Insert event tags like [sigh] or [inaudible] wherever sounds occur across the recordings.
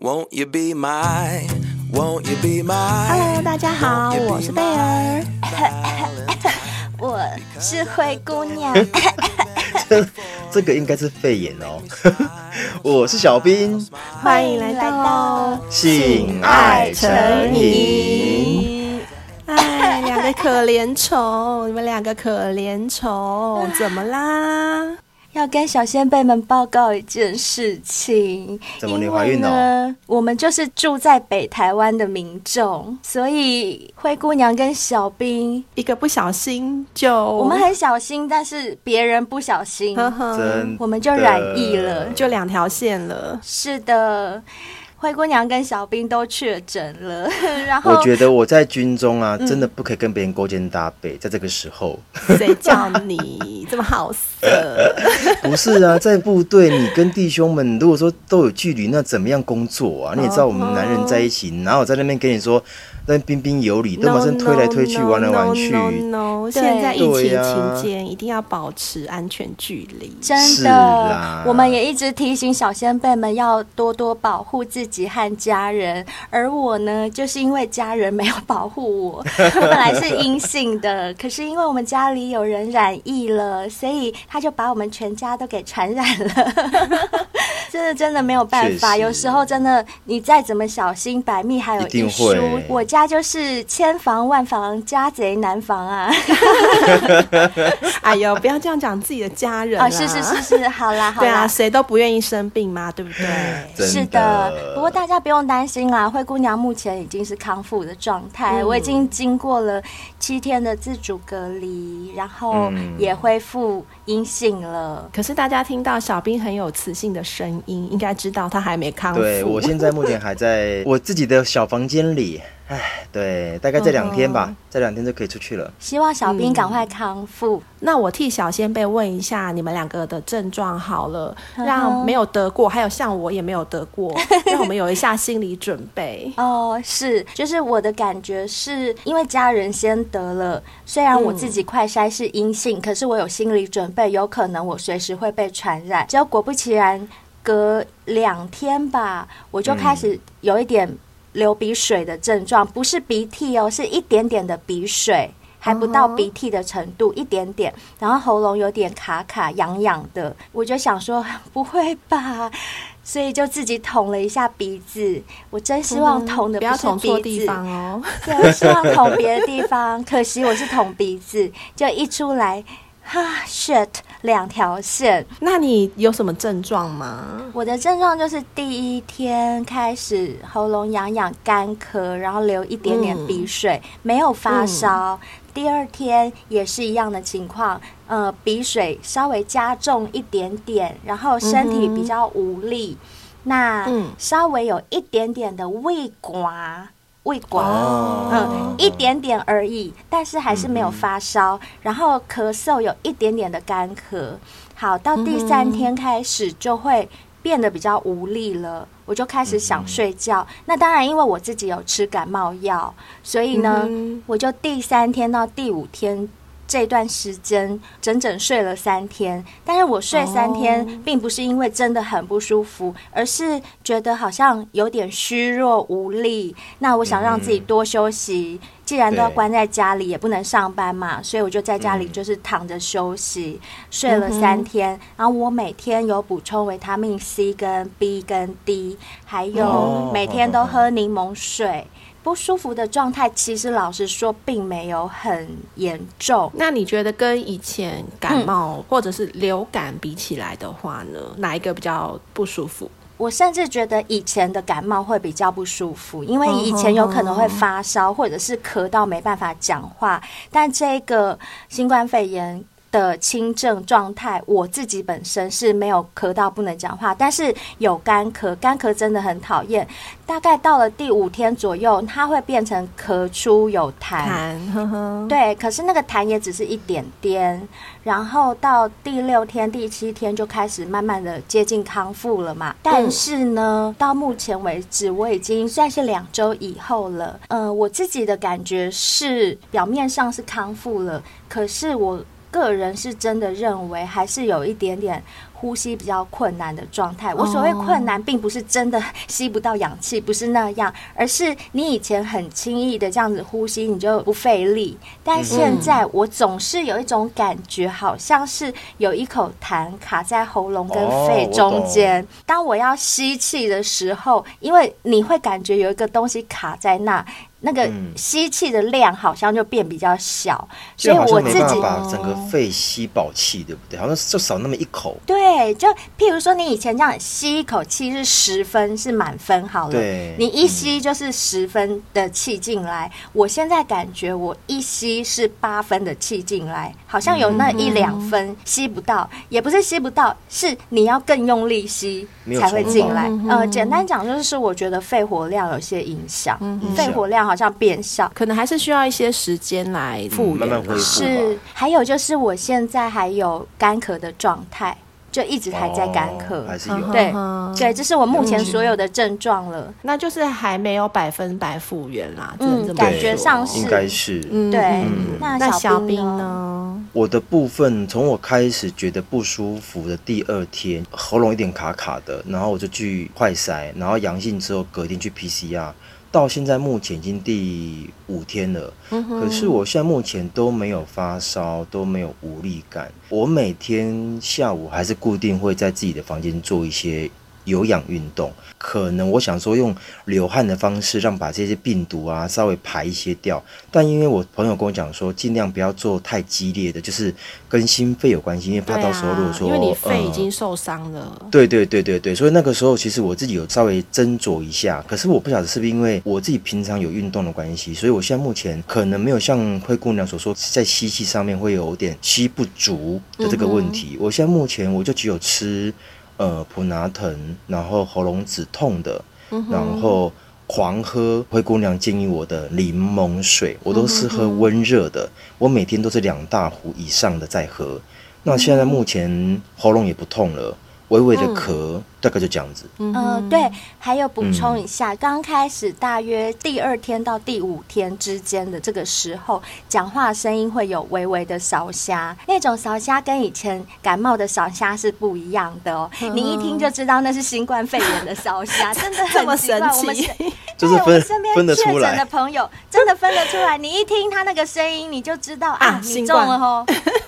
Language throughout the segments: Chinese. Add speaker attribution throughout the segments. Speaker 1: Won't you be my? Won't you be my?
Speaker 2: Hello，大家好，我是贝儿。
Speaker 3: 我是灰姑娘，
Speaker 4: 这个应该是肺炎哦。 [laughs] 我是小兵，
Speaker 2: 欢迎来到。
Speaker 4: 性爱成瘾。
Speaker 2: 咦，哎，两个可怜虫，你们两个可怜虫，怎么啦？
Speaker 4: [laughs]
Speaker 3: 要跟小先辈们报告一件事情。
Speaker 4: 怎么你怀孕了
Speaker 3: 因为呢？我们就是住在北台湾的民众，所以灰姑娘跟小兵，
Speaker 2: 一个不小心就我
Speaker 3: 我们很小心，但是别人不小心，
Speaker 2: 呵呵，
Speaker 4: 真的
Speaker 3: 我们就染疫了。
Speaker 2: 就两条线了。
Speaker 3: 是的。灰姑娘跟小兵都确诊了， [laughs] 然后
Speaker 4: 我觉得我在军中啊，真的不可以跟别人勾肩搭背，在这个时候 [laughs]
Speaker 2: 谁叫你这么好色？
Speaker 4: [laughs] 不是啊，在部队你跟弟兄们如果说都有距离，那怎么样工作啊？你也知道我们男人在一起，哪有在那边跟你说在那边彬彬有礼，都马上推来推去，玩来玩去
Speaker 2: No, no, no, no.
Speaker 3: 对
Speaker 2: 现在疫
Speaker 4: 对啊
Speaker 2: 情
Speaker 4: 呀
Speaker 2: 期间，一定要保持安全距离。
Speaker 3: 真
Speaker 4: [laughs] 是
Speaker 3: 的
Speaker 4: 啦，
Speaker 3: 我们也一直提醒小先辈们要多多保护自己和家人。而我呢，就是因为家人没有保护
Speaker 4: [laughs]
Speaker 3: 我，我本来是阴性的，可是因为我们家里有人染疫了，所以他就把我们全家都给传染
Speaker 4: [laughs]
Speaker 3: 了。真的真的没有办法，
Speaker 4: 确实
Speaker 3: 有时候真的你再怎么小心，百密还有
Speaker 4: 一定
Speaker 3: 疏
Speaker 4: 会。
Speaker 3: 我家就是千防万防，家贼难防啊！
Speaker 2: 哎呦，不要这样讲自己的家
Speaker 3: [laughs]
Speaker 2: 人
Speaker 3: 啊，
Speaker 2: 啦。
Speaker 3: 是是是是，好啦好啦，
Speaker 2: 对啊，谁都不愿意生病嘛，对不对？
Speaker 4: 真
Speaker 3: 是的，不过大家不用担心啦，灰姑娘目前已经是康复的状态，
Speaker 4: 嗯
Speaker 3: 我已经经过了七天的自主隔离，然后
Speaker 4: 嗯
Speaker 3: 也恢复阴性了。
Speaker 2: 可是大家听到小兵很有磁性的声音，应该知道他还没康复。
Speaker 4: 对我现在目前还
Speaker 3: [laughs]
Speaker 4: 在我自己的小房间里，唉，对，大概这两天
Speaker 3: 嗯
Speaker 4: 吧，这两天就可以出去了。
Speaker 3: 希望小
Speaker 4: 嗯
Speaker 3: 兵赶快康复。
Speaker 2: 那我替小先辈问一下你们两个的症状好了，
Speaker 3: 嗯
Speaker 2: 让没有得过，还有像我也没有得
Speaker 3: [laughs]
Speaker 2: 过，让我们有一下心理准备。
Speaker 3: 哦，是，就是我的感觉是因为家人先得了，虽然我自己快筛是阴性，可是我有心理准备，有可能我随时会被传染。结果果不其然，隔两天吧，我就开始有一点流鼻水的症状，不是鼻涕哦，是一点点的鼻水。还不到鼻涕的程度，一点点，然后喉咙有点卡卡、痒痒的，我就想说 [laughs] 不会吧，所以就自己捅了一下鼻子。我真希望捅的
Speaker 2: 嗯不要
Speaker 3: 是
Speaker 2: 捅错
Speaker 3: 鼻
Speaker 2: 地
Speaker 3: 子
Speaker 2: 方哦。
Speaker 3: 对，我希望捅别的地方，可惜我是捅鼻子，就一出来，哈，shit，两条线。
Speaker 2: 那你有什么症状吗？
Speaker 3: 我的症状就是第一天开始喉咙痒痒、干咳，然后流一点点鼻水，没有发烧。第二天也是一样的情况，呃，鼻水稍微加重一点点，然后身体比较无力，那
Speaker 2: 嗯
Speaker 3: 稍微有一点点的胃刮。胃刮，
Speaker 4: 哦
Speaker 3: 嗯，一点点而已，但是还是没有发烧，然后咳嗽有一点点的干咳。好，到第三天开始就会变得比较无力了，我就开始想睡觉。那当然，因为我自己有吃感冒药，所以呢，
Speaker 2: 嗯
Speaker 3: 我就第三天到第五天这段时间整整睡了三天。但是我睡三天，并不是因为真的很不舒服，而是觉得好像有点虚弱无力。那我想让自己多休息，既然都要
Speaker 4: 嗯对
Speaker 3: 关在家里，也不能上班嘛，所以我就在家里
Speaker 4: 嗯
Speaker 3: 就是躺着休息，睡了三天。然后我每天有补充维他命 C 跟 B 跟 D，还有
Speaker 4: 哦
Speaker 3: 每天都喝柠檬水。不舒服的状态，其实老实说，并没有很严重。
Speaker 2: 那你觉得跟以前感
Speaker 3: 嗯
Speaker 2: 冒或者是流感比起来的话呢，哪一个比较不舒服？
Speaker 3: 我甚至觉得以前的感冒会比较不舒服，因为以前有可能会发烧，或者是咳到没办法讲话。但这个新冠肺炎的轻症状态，我自己本身是没有咳到不能讲话，但是有干咳，干咳真的很讨厌。大概到了第五天左右，它会变成咳出有痰
Speaker 2: 痰，呵呵。
Speaker 3: 对，可是那个痰也只是一点点，然后到第六天、第七天就开始慢慢的接近康复了嘛。但是呢，到目前为止，我已经算是两周以后呃了。嗯、我自己的感觉是，表面上是康复了，可是我个人是真的认为还是有一点点呼吸比较困难的状态。我所谓困难，并不是真的吸不到氧气，不是那样，而是你以前很轻易的这样子呼吸，你就不费力。但现在我总是有一种感觉，好像是有一口痰卡在喉咙跟肺中
Speaker 4: 哦
Speaker 3: 间。当我要吸气的时候，因为你会感觉有一个东西卡在那。那个
Speaker 4: 嗯
Speaker 3: 吸气的量好像就变比较小，所
Speaker 4: 就
Speaker 3: 以
Speaker 4: 好
Speaker 3: 我
Speaker 4: 像没
Speaker 3: 自
Speaker 4: 办
Speaker 3: 己
Speaker 4: 法把整个肺吸饱气，对不对？好像就少那么一口。
Speaker 3: 对，就譬如说你以前这样吸一口气是十分，是满分好了
Speaker 4: 对，嗯
Speaker 3: 你一吸就是十分的气进来。我现在感觉我一吸是八分的气进来，好像有那一两分吸不到，也不是吸不到，是你要更用力吸
Speaker 4: 没有
Speaker 3: 才会
Speaker 4: 冲
Speaker 3: 进
Speaker 4: 到
Speaker 3: 来。呃，简单讲就是我觉得肺活量有些影响，肺
Speaker 4: 响
Speaker 3: 嗯活量好像变小。
Speaker 2: 可能还是需要一些时间来复原
Speaker 4: 慢
Speaker 2: 啦、
Speaker 4: 慢恢复
Speaker 3: 是，还有就是我现在还有干咳的状态，就一直还在干咳，
Speaker 4: 哦还是有。
Speaker 3: 对
Speaker 2: 嗯哼
Speaker 3: 对，这是我目前所有的症状了。
Speaker 2: 那就是还没有百分百复原啦，只
Speaker 3: 嗯
Speaker 2: 能这么
Speaker 3: 感
Speaker 4: 对
Speaker 3: 觉
Speaker 2: 说
Speaker 3: 上是
Speaker 4: 应该是。
Speaker 2: 嗯
Speaker 3: 对，
Speaker 2: 嗯那
Speaker 3: 小
Speaker 2: 小兵
Speaker 3: 呢？
Speaker 2: 呢？
Speaker 4: 我的部分，从我开始觉得不舒服的第二天，喉咙有点卡卡的，然后我就去快筛，然后阳性之后隔天去 PCR，到现在目前已经第五天了。
Speaker 2: 嗯
Speaker 4: 可是我现在目前都没有发烧，都没有无力感。我每天下午还是固定会在自己的房间做一些有氧运动，可能我想说用流汗的方式让把这些病毒啊稍微排一些掉，但因为我朋友跟我讲说，尽量不要做太激烈的，就是跟心肺有关系，因为怕
Speaker 2: 对
Speaker 4: 到时候如果说、嗯
Speaker 2: 啊、因为你肺已
Speaker 4: 呃
Speaker 2: 经受伤了，
Speaker 4: 对对对对对，所以那个时候其实我自己有稍微斟酌一下，可是我不晓得是不是因为我自己平常有运动的关系，所以我现在目前可能没有像灰姑娘所说，在吸气上面会有点吸不足的这个问题。嗯我现在目前我就只有吃呃普拿疼，然后喉咙止痛的，然后。狂喝灰姑娘建议我的柠檬水，我都是喝温热的，我每天都是两大壶以上的在喝。那现在目前喉咙也不痛了，微微的
Speaker 3: 嗯
Speaker 4: 咳，大概就这样子。
Speaker 2: 嗯
Speaker 3: 呃，对，还有补充一下，刚开始大约第二天到第五天之间的这个时候，讲话声音会有微微的烧瞎，那种烧瞎跟以前感冒的烧瞎是不一样的哦。
Speaker 2: 嗯
Speaker 3: 你一听就知道那是新冠肺炎的烧
Speaker 2: [laughs]
Speaker 3: 瞎，真的
Speaker 2: 这么
Speaker 3: 很奇怪
Speaker 2: 神
Speaker 3: 我们
Speaker 2: 奇
Speaker 3: 是
Speaker 4: 就是
Speaker 3: 对我
Speaker 4: 分
Speaker 3: 身边
Speaker 4: 分得
Speaker 3: 确
Speaker 4: 出
Speaker 3: 诊
Speaker 4: 来
Speaker 3: 的朋友真的分得出来。你一听他那个声音，你就知道啊，
Speaker 2: 啊
Speaker 3: 你
Speaker 2: 新
Speaker 3: 中
Speaker 2: 冠 [laughs]
Speaker 3: 了哦。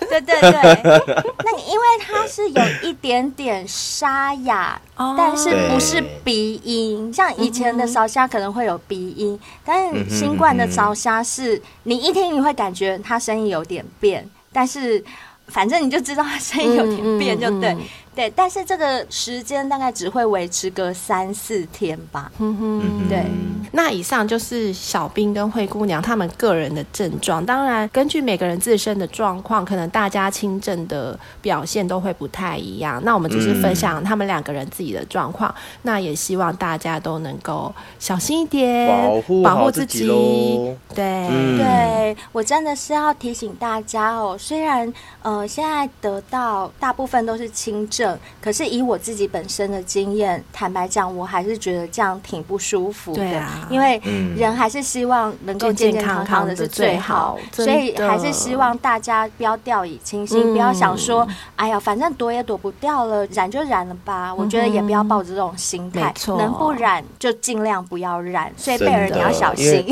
Speaker 3: 对对对，那你因为他是有一点点沙哑，
Speaker 2: 哦嗯
Speaker 3: 但是不是
Speaker 4: 对
Speaker 3: 鼻音，像以前的烧虾可能会有鼻音，但
Speaker 4: 嗯哼
Speaker 3: 是新冠的
Speaker 4: 嗯哼
Speaker 3: 烧虾是你一听你会感觉他声音有点变，但是反正你就知道他声音有点变，就对、
Speaker 2: 嗯嗯嗯
Speaker 3: 对。但是这个时间大概只会维持个三四天吧。
Speaker 2: 嗯哼。
Speaker 4: 嗯哼
Speaker 3: 对
Speaker 2: 那以上就是小兵跟灰姑娘他们个人的症状，当然根据每个人自身的状况，可能大家轻症的表现都会不太一样。那我们只是分
Speaker 4: 嗯
Speaker 2: 享他们两个人自己的状况，那也希望大家都能够小心一点，
Speaker 4: 保护
Speaker 2: 保
Speaker 4: 好
Speaker 2: 护
Speaker 4: 自己
Speaker 2: 己
Speaker 4: 喽。
Speaker 2: 对，
Speaker 4: 嗯
Speaker 3: 对我真的是要提醒大家哦，虽然呃现在得到大部分都是轻症，可是以我自己本身的经验，坦白讲，我还是觉得这样挺不舒服的，
Speaker 2: 对啊
Speaker 3: 因为
Speaker 4: 嗯
Speaker 3: 人还是希望能够
Speaker 2: 健
Speaker 3: 健
Speaker 2: 健
Speaker 3: 健
Speaker 2: 康
Speaker 3: 康
Speaker 2: 康
Speaker 3: 的
Speaker 2: 的
Speaker 3: 是
Speaker 2: 是
Speaker 3: 最
Speaker 2: 最
Speaker 3: 好
Speaker 2: 好，
Speaker 3: 所
Speaker 2: 嗯真
Speaker 3: 以还是
Speaker 2: 的嗯
Speaker 3: 希望大家不要掉以轻心，不要想说，哎呀，反正躲也躲不掉了，染就染了吧。我觉得也不要抱着这种心
Speaker 2: 嗯
Speaker 3: 态
Speaker 2: 没，错
Speaker 3: 能不染就尽量不要染。所以贝尔
Speaker 4: 真的
Speaker 3: 你要小
Speaker 4: 因为
Speaker 3: 心。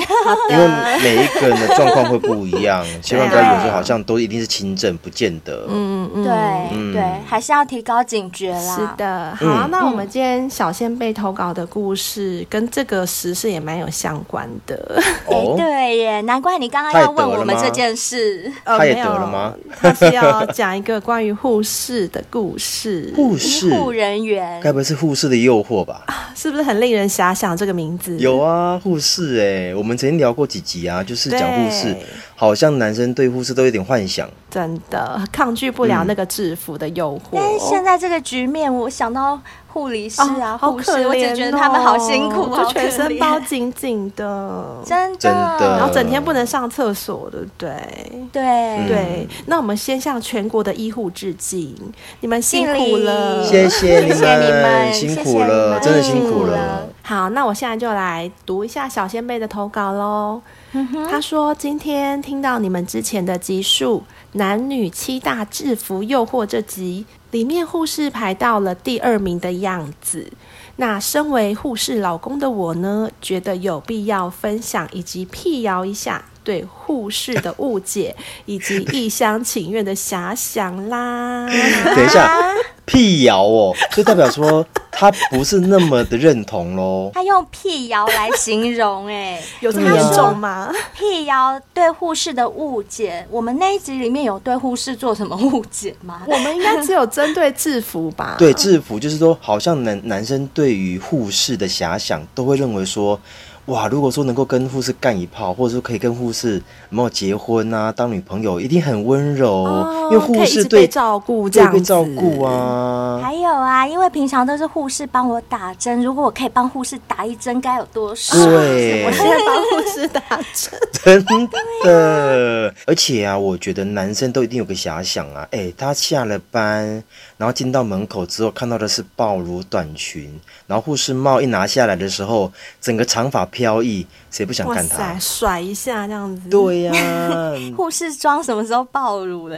Speaker 4: 因为每一个人的状况会不一
Speaker 3: [laughs]
Speaker 4: 样，千万不要以为说好像都一定是轻症，不见得。
Speaker 2: 嗯嗯，
Speaker 3: 对、
Speaker 4: 嗯
Speaker 3: 对，还是要提高警觉啦。
Speaker 2: 是的，好啊、
Speaker 4: 嗯
Speaker 2: 那我们今天小仙贝投稿的故事跟这个时事也蛮有相关
Speaker 4: [laughs]
Speaker 2: 的。
Speaker 3: 哎、
Speaker 4: 哦，
Speaker 3: 对耶，难怪你刚刚
Speaker 4: 太
Speaker 3: 要问
Speaker 4: 得了
Speaker 3: 我们
Speaker 4: 吗
Speaker 3: 这件事。
Speaker 2: 呃
Speaker 4: 他也
Speaker 2: 没
Speaker 4: 得了
Speaker 2: 有
Speaker 4: 吗
Speaker 2: 他是要讲一个关于护士的故事，
Speaker 4: [laughs] 护
Speaker 3: 医
Speaker 4: 士
Speaker 3: 护人啊员
Speaker 4: 该不会是护士的诱惑吧？
Speaker 2: 是不是很令人遐想？这个名字
Speaker 4: 有啊，护士哎、我们曾经聊过几集啊，就是讲护士
Speaker 2: 对，
Speaker 4: 好像男生对护士都有点幻想。
Speaker 2: 真的抗拒不了那个制服的诱惑。
Speaker 3: 但是现在这个局面，我想到护理师啊、
Speaker 2: 好
Speaker 3: 护士
Speaker 2: 可怜、，哦，哦
Speaker 3: 我只觉得他们好辛苦，好
Speaker 2: 就全
Speaker 3: 可
Speaker 2: 身
Speaker 3: 怜
Speaker 2: 包紧紧的，
Speaker 3: 真的，
Speaker 4: 真的
Speaker 2: 然后整天不能上厕所，对不对？
Speaker 3: 对、
Speaker 4: 嗯
Speaker 2: 对，那我们先向全国的医护致敬，你们辛
Speaker 3: 敬
Speaker 2: 苦
Speaker 3: 礼
Speaker 2: 了，
Speaker 4: 谢谢你
Speaker 3: 嗯谢谢你们
Speaker 4: 们，辛苦了，
Speaker 3: 谢谢你们
Speaker 4: 真的辛苦了。
Speaker 2: 好，那我现在就来读一下小仙贝的投稿喽。他说：“今天听到你们之前的集数《男女七大制服诱惑》这集，里面护士排到了第二名的样子。那身为护士老公的我呢，觉得有必要分享以及辟谣一下对护士的误解，以及一厢情愿的遐想啦。
Speaker 4: [laughs] 等一下，辟谣哦，就代表说他不是那么的认同喽。
Speaker 3: 他用辟谣来形容、
Speaker 4: [laughs]
Speaker 3: 哎，
Speaker 2: 有这么严重吗？
Speaker 3: 辟谣对护士的误解。我们那一集里面有对护士做什么误解吗？
Speaker 4: 嗯
Speaker 2: 我们应该只有针对制服吧？
Speaker 4: 对，制服就是说，好像男男生对于护士的遐想，都会认为说，哇，如果说能够跟护士干一炮，或者说可以跟护士有没有结婚啊，当女朋友，一定很温柔，
Speaker 2: 哦，
Speaker 4: 因为护
Speaker 2: 可以一直
Speaker 4: 士
Speaker 2: 被
Speaker 4: 对
Speaker 2: 照顾这
Speaker 4: 对
Speaker 2: 样
Speaker 4: 被
Speaker 2: 子，
Speaker 4: 照顾啊。
Speaker 3: 还有啊，因为平常都是护士帮我打针，如果我可以帮护士打一针，该有多爽！
Speaker 4: 对，
Speaker 2: 我现在帮护士打针，
Speaker 4: 真的，而且啊，我觉得男生都一定有个遐想啊，哎、他下了班，然后进到门口之后，看到的是暴乳短裙，然后护士帽一拿下来的时候，整个长发飘逸，谁不想
Speaker 2: 哇
Speaker 4: 干
Speaker 2: 塞，
Speaker 4: 他？
Speaker 2: 甩一下这样子，
Speaker 4: 对
Speaker 3: [laughs]
Speaker 4: 呀、
Speaker 3: 护士装什么时候爆乳了？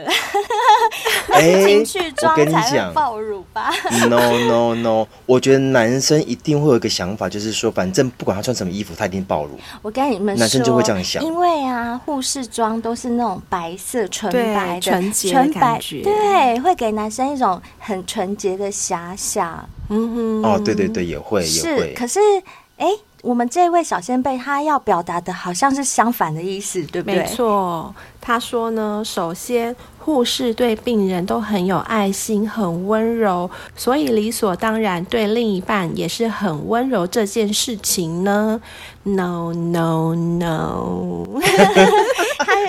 Speaker 4: 哎、
Speaker 3: [laughs] 情绪
Speaker 4: 我
Speaker 3: 装
Speaker 4: 跟你
Speaker 3: 才会
Speaker 4: 讲
Speaker 3: 爆乳吧？
Speaker 4: [laughs] ，no no no，我 [laughs] 觉得男生一定会有一个想法，就是说，反正不管他穿什么衣服，他一定暴乳。
Speaker 3: [laughs] 我跟你们说，
Speaker 4: 男生就会这样想
Speaker 3: 因为啊，护士装都是那种白色、纯白
Speaker 2: 对
Speaker 3: 的、
Speaker 2: 纯洁的
Speaker 3: 纯白
Speaker 2: 感，觉
Speaker 3: 对，会给男生一种很纯洁的遐想。
Speaker 2: 嗯哼，
Speaker 4: 哦，对对对，也会也
Speaker 3: 是，
Speaker 4: 会。
Speaker 3: 可是，哎、我们这位小先辈他要表达的好像是相反的意思，对不对？
Speaker 2: 没错，他说呢，首先护士对病人都很有爱心，很温柔，所以理所当然对另一半也是很温柔这件事情呢，no no no，
Speaker 4: [laughs]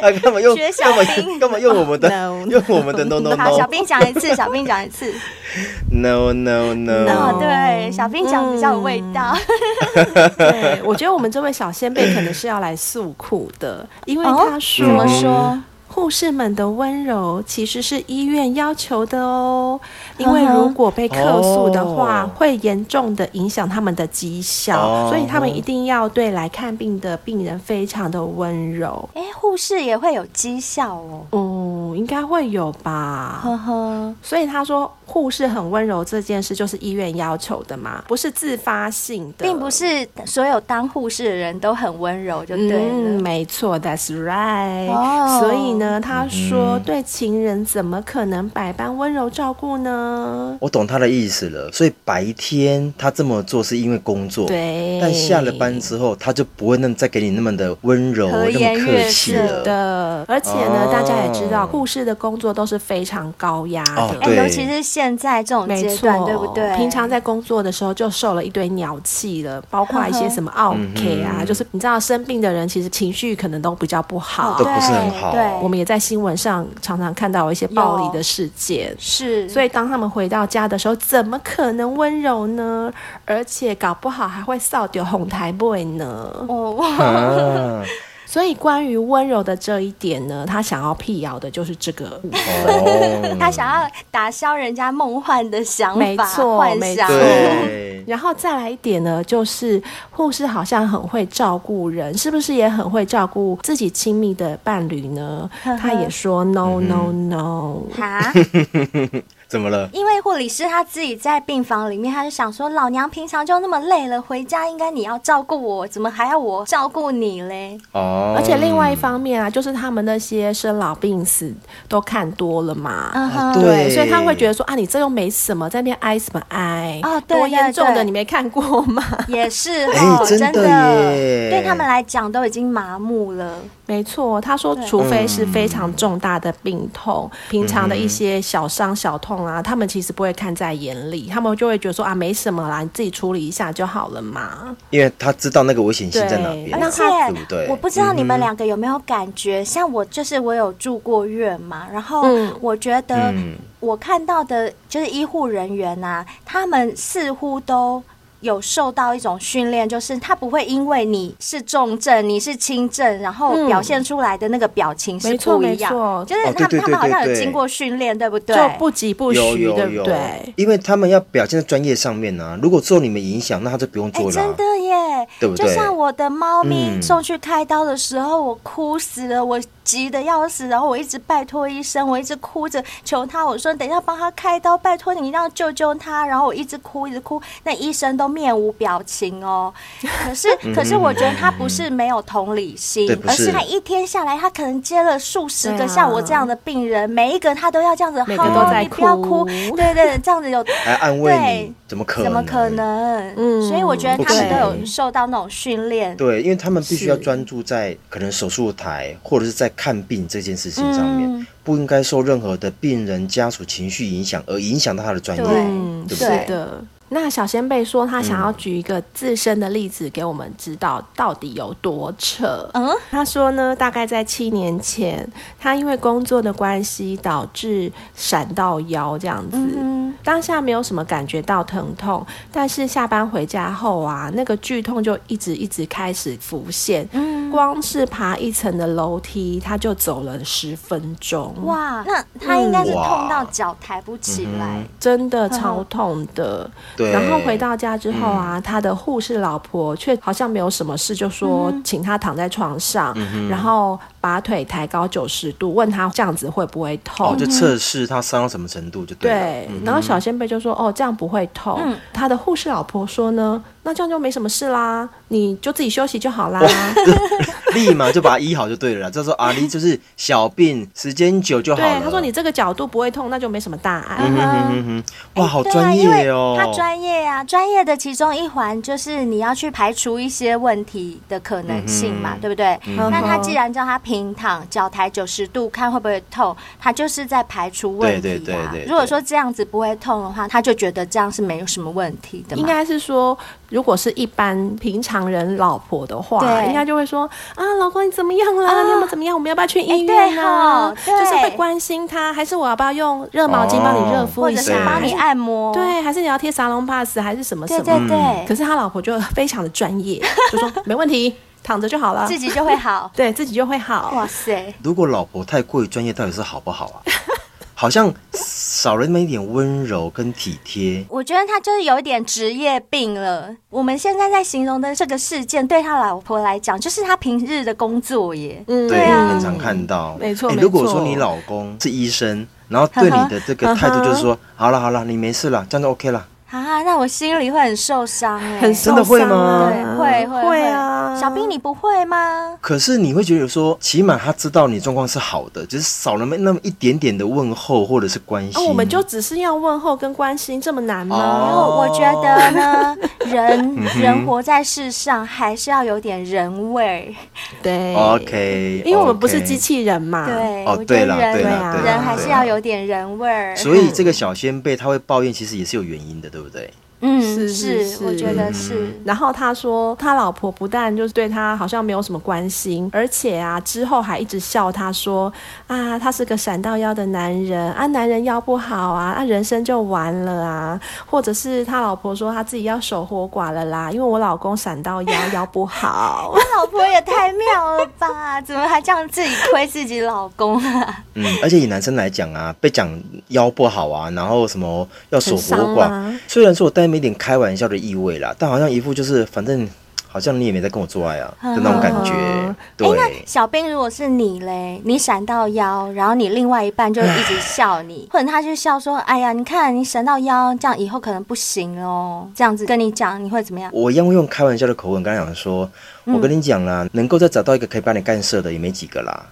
Speaker 4: 啊，干嘛用
Speaker 3: 学小
Speaker 4: 干嘛
Speaker 3: 兵
Speaker 4: 干嘛用我们的
Speaker 2: No,
Speaker 4: [laughs] 用我
Speaker 3: [laughs]
Speaker 4: 们的 no no
Speaker 3: 好，
Speaker 4: no
Speaker 3: 小兵讲一次，小兵讲一次。
Speaker 4: no no no，
Speaker 3: [laughs] 哦，对，小兵讲比较有味道。
Speaker 2: 对我觉得我们这位小先辈可能是要来诉苦的，因为
Speaker 3: 哦
Speaker 2: 他说。
Speaker 3: 怎么说？
Speaker 2: 护士们的温柔其实是医院要求的哦，因为如果被客诉的话，
Speaker 4: 哦
Speaker 2: 会严重的影响他们的绩效，
Speaker 4: 哦
Speaker 2: 所以他们一定要对来看病的病人非常的温柔。
Speaker 3: [laughs] 哎、护士也会有绩效哦。 [laughs]
Speaker 2: 哦、应该会有吧。
Speaker 3: 呵呵，
Speaker 2: 所以他说，护士很温柔这件事就是医院要求的嘛，不是自发性的，
Speaker 3: 并不是所有当护士的人都很温柔，就对了。
Speaker 2: 嗯、没错，That's right。
Speaker 3: 哦
Speaker 2: 所以呢，
Speaker 4: 嗯
Speaker 2: 他说、对情人怎么可能百般温柔照顾呢？
Speaker 4: 我懂他的意思了。所以白天他这么做是因为工作，
Speaker 2: 对，
Speaker 4: 但下了班之后他就不会那么再给你那么的温柔、
Speaker 3: 和
Speaker 4: 那
Speaker 3: 颜
Speaker 4: 么客
Speaker 3: 悦
Speaker 4: 气
Speaker 3: 色
Speaker 4: 了。
Speaker 2: 的，而且呢，
Speaker 4: 哦
Speaker 2: 大家也知道，护士的工作都是非常高压的。
Speaker 4: 哦
Speaker 3: 哎、
Speaker 4: 对
Speaker 3: 尤其是现在这种
Speaker 2: 没
Speaker 3: 阶
Speaker 2: 错，
Speaker 3: 段，对不对？
Speaker 2: 平常在工作的时候就受了一堆鸟气了，包括一些什么
Speaker 4: 嗯
Speaker 2: OK 啊，就是你知道生病的人其实情绪可能都比较不好。
Speaker 4: 都不是很好
Speaker 3: 对，对
Speaker 2: 我们也在新闻上常常看到一些暴力的事件。
Speaker 3: 是，
Speaker 2: 所以当他们回到家的时候，怎么可能温柔呢？而且搞不好还会扫掉红台妹呢。
Speaker 3: 哦，
Speaker 4: 啊，
Speaker 2: 所以关于温柔的这一点呢，他想要辟谣的就是这个。
Speaker 3: [laughs]
Speaker 4: 哦，
Speaker 3: 他想要打消人家梦幻的想
Speaker 2: 嗯没
Speaker 3: 法、
Speaker 2: 错
Speaker 3: 幻
Speaker 2: 没
Speaker 3: 想。
Speaker 2: 错
Speaker 4: 对，
Speaker 2: 然后再来一点呢，就是护士好像很会照顾人，是不是也很会照顾自己亲密的伴侣呢？他也说 no no no，
Speaker 3: 哈，
Speaker 4: 怎么了？
Speaker 3: 因为护理师他自己在病房里面，他就想说，老娘平常就那么累了，回家应该你要照顾我，怎么还要我照顾你嘞？
Speaker 4: 哦，
Speaker 2: 而且另外一方面啊，就是他们那些生老病死都看多了嘛，
Speaker 3: 嗯
Speaker 4: 啊
Speaker 3: 哼，
Speaker 2: 对，所以他会觉
Speaker 4: 得
Speaker 2: 得说啊，你这又没什么，在那边挨什么挨？
Speaker 3: 哦对
Speaker 2: 多严
Speaker 3: 对
Speaker 2: 重的
Speaker 3: 对
Speaker 2: 你没看过
Speaker 3: [laughs]
Speaker 2: 吗？
Speaker 3: 也是
Speaker 4: 哎
Speaker 3: 哦，
Speaker 4: 真的
Speaker 3: 的，
Speaker 4: 耶
Speaker 3: 对他们来讲都已经麻木了。
Speaker 2: 没错，他说，除非是非常重大的病痛，平常的一些小伤小痛啊，他们其实不会看在眼里，他们就会觉得说啊，没什么啦，你自己处理一下就好了嘛。
Speaker 4: 因为他知道那个危险性在哪
Speaker 2: 对
Speaker 4: 边，
Speaker 2: 那
Speaker 3: 而且
Speaker 4: 对不对？
Speaker 3: 我不知道你们两个有没有感觉，像我就是我有住过院嘛，然后
Speaker 2: 嗯
Speaker 3: 我觉得
Speaker 4: 嗯
Speaker 3: 我看到的就是医护人员呐、啊，他们似乎都有受到一种训练，就是他不会因为你是重症，你是轻症，然后
Speaker 2: 嗯
Speaker 3: 表现出来的那个表情是
Speaker 2: 没错
Speaker 3: 不
Speaker 2: 没
Speaker 3: 一样。
Speaker 2: 错，
Speaker 3: 就是
Speaker 4: 哦
Speaker 3: 他
Speaker 4: 对对
Speaker 3: 们他们好像
Speaker 4: 对
Speaker 3: 有
Speaker 4: 对
Speaker 3: 经过训练，对不对？
Speaker 2: 就不急不
Speaker 4: 有
Speaker 2: 徐，
Speaker 4: 有
Speaker 2: 对
Speaker 4: 有
Speaker 2: 不对？
Speaker 4: 因为他们要表现在专业上面啊。如果受你们影响，那他就不用
Speaker 3: 哎、
Speaker 4: 做了啊、
Speaker 3: 真的耶！
Speaker 4: 对不对
Speaker 3: 就像我的猫咪
Speaker 4: 嗯
Speaker 3: 送去开刀的时候，我哭死了，我急得要死，然后我一直拜托医生，我一直哭着求他，我说等一下帮他开刀，拜托你让救救他，然后我一直哭一直哭，那医生都面无表
Speaker 4: [laughs]
Speaker 3: 情哦。可是可是我觉得他不是没有同理心
Speaker 4: 对，不
Speaker 3: 而
Speaker 4: 是
Speaker 3: 是他一天下来，他可能接了数十
Speaker 2: 对
Speaker 3: 个
Speaker 2: 啊
Speaker 3: 像我这样的病人，每一个他都要这样子，
Speaker 2: 每个
Speaker 3: 好哦
Speaker 2: 都在
Speaker 3: 你不要哭，
Speaker 2: 哭
Speaker 3: 对对对，这样子有
Speaker 4: 还安慰你
Speaker 3: 对，
Speaker 4: 怎么可能？
Speaker 3: 怎么可？能？
Speaker 2: 嗯
Speaker 3: 所以我觉得
Speaker 4: 不
Speaker 3: 他们
Speaker 4: 可
Speaker 3: 都
Speaker 4: 能
Speaker 3: 有受到那种训练。
Speaker 4: 对，因为他们必须要
Speaker 2: 是
Speaker 4: 专注在可能手术台或者是在看病这件事情上面，
Speaker 3: 嗯
Speaker 4: 不应该受任何的病人家属情绪影响而影响到他的专业，
Speaker 3: 对
Speaker 2: 嗯，
Speaker 4: 对
Speaker 2: 是
Speaker 4: 不对？
Speaker 2: 的。那小仙贝说他想要举一个自身的例子给我们知道到底有多扯。
Speaker 3: 嗯，
Speaker 2: 他说呢，大概在七年前，他因为工作的关系导致闪到腰这样子。
Speaker 3: 嗯
Speaker 2: 当下没有什么感觉到疼痛，但是下班回家后啊，那个剧痛就一直一直开始浮现。
Speaker 3: 嗯，
Speaker 2: 光是爬一层的楼梯，他就走了十分钟，
Speaker 3: 哇，那他应该是
Speaker 4: 哇
Speaker 3: 痛到脚抬不起来
Speaker 4: 嗯。
Speaker 2: 真的超痛的。
Speaker 4: [laughs] 对嗯
Speaker 2: 然后回到家之后啊，他的护士老婆却好像没有什么事，就说请他躺在床上，
Speaker 4: 嗯
Speaker 2: 然后把腿抬高九十度，问他这样子会不会
Speaker 4: 哦
Speaker 2: 痛，？
Speaker 3: 嗯
Speaker 4: 就嗯测试他伤到什么程度就对了。
Speaker 2: 对，然后小仙贝就说：“哦，这样不会痛。他的护士老婆说呢：“那这样就没什么事啦，你就自己休息就
Speaker 4: [laughs]
Speaker 2: 好啦。
Speaker 4: [laughs] 立马就把它医好就对了啦。这时候阿狸就是小病，时间久就好
Speaker 2: 对
Speaker 4: 了。，
Speaker 2: 他说：“你这个角度不会痛，那就没什么大碍。
Speaker 4: 嗯哼哼哼哼，哇，好
Speaker 3: 对
Speaker 4: 专
Speaker 3: 啊，因
Speaker 4: 业哦
Speaker 3: 为。他专业啊，专业的其中一环就是你要去排除一些问题的可能性嘛，
Speaker 4: 嗯哼
Speaker 3: 对不对？
Speaker 2: 哼
Speaker 3: 那他既然叫他平躺，脚抬九十度，看会不会痛，他就是在排除问题、啊。
Speaker 4: 对对对对对
Speaker 3: 如果说这样子不会痛的话，他就觉得这样是没有什么问题的嘛。
Speaker 2: 应该是说，如果是一般平常人老婆的话，
Speaker 3: 对
Speaker 2: 应该就会说啊，老公你怎么样啦？
Speaker 3: 啊
Speaker 2: 你有没有怎么样？我们要不要去医
Speaker 3: 哎
Speaker 2: 院
Speaker 3: 对
Speaker 2: 啊
Speaker 3: 哦？对
Speaker 2: 就是会关心他，还是我要不要用热毛巾帮你热敷
Speaker 3: 哦或
Speaker 2: 一
Speaker 3: 者是
Speaker 2: 下？
Speaker 3: 帮你按摩，
Speaker 2: 对，还是你要贴沙龙 pass，还是什么什
Speaker 3: 对
Speaker 2: 么？
Speaker 3: 对对，
Speaker 2: 可是他老婆就非常的专业，就说没问题，躺着就好了，。
Speaker 3: [laughs] 自己就会好
Speaker 2: 对自己就会好。
Speaker 3: 哇塞，
Speaker 4: 如果老婆太过于专业，到底是好不好啊？ [laughs] 好像少了那么一点温柔跟体贴。
Speaker 3: 我觉得他就是有一点职业病了。我们现在在形容的这个事件，对他老婆来讲，就是他平日的工作耶。
Speaker 2: 嗯
Speaker 4: 对，
Speaker 3: 啊
Speaker 4: 很常看到。
Speaker 2: 没错
Speaker 4: 诶
Speaker 2: 没
Speaker 4: 如果
Speaker 2: 错
Speaker 4: 说你老公是医生，然后对你的这个
Speaker 2: 呵呵
Speaker 4: 态度就是
Speaker 2: [laughs]
Speaker 4: 说，好了好了，你没事了，这样就 OK 了。
Speaker 3: 啊，那我心里会很受伤哎，
Speaker 2: 很
Speaker 4: 真的
Speaker 2: 受
Speaker 4: 会
Speaker 2: 伤
Speaker 4: 吗
Speaker 2: 啊
Speaker 3: 对，会会
Speaker 2: 会啊，
Speaker 3: 小兵，你不会吗？
Speaker 4: 可是你会觉得说，起码他知道你状况是好的，只是少了那么一点点的问候或者是关
Speaker 2: 那
Speaker 4: 心。
Speaker 2: 啊哦我们就只是要问候跟关心，这么难
Speaker 4: 哦
Speaker 2: 吗？
Speaker 3: 然后我觉得呢，人人活在世上还是要有点人味，
Speaker 2: 对
Speaker 4: 哦 OK，
Speaker 2: 因为我们不是
Speaker 4: OK
Speaker 2: 机器人嘛。
Speaker 3: 对，
Speaker 4: 哦
Speaker 3: 我觉
Speaker 4: 对
Speaker 3: 得
Speaker 4: 啦对
Speaker 3: 人
Speaker 4: 啦
Speaker 2: 啊对啦
Speaker 3: 人还是
Speaker 2: 对啦
Speaker 3: 要有点人味儿。
Speaker 4: 所以这个小先辈他会抱怨，其实也是有原因的，对不对？
Speaker 3: 嗯，
Speaker 2: 是是
Speaker 3: 是，我
Speaker 2: 是
Speaker 3: 觉得
Speaker 4: 嗯
Speaker 3: 是。
Speaker 2: 然后他说，他老婆不但就是对他好像没有什么关心，而且啊，之后还一直笑他说啊，他是个闪到腰的男人啊，男人腰不好啊，啊，人生就完了啊，或者是他老婆说他自己要守活寡了啦，因为我老公闪到腰，腰不好。
Speaker 3: 他老婆也太妙了
Speaker 4: [laughs]
Speaker 3: 吧？怎么还这样自己亏自己老公啊？
Speaker 4: 嗯，而且以男生来讲啊，被讲腰不好啊，然后什么要守活
Speaker 2: 很伤
Speaker 4: 寡，
Speaker 2: 吗
Speaker 4: 虽然说我带没一点开玩笑的意味啦，但好像一副就是反正好像你也没在跟我做爱啊的那种感觉。
Speaker 2: 嗯
Speaker 4: 对，
Speaker 3: 哎小兵，如果是你嘞，你闪到腰，然后你另外一半就一直
Speaker 4: [laughs]
Speaker 3: 笑你，或者他就笑说：“哎呀，你看你闪到腰，这样以后可能不行哦。”这样子跟你讲，你会怎么样？
Speaker 4: 我一样会用开玩笑的口吻跟他讲说，我跟你讲啦，能够再找到一个可以帮你干涉的也没几个啦。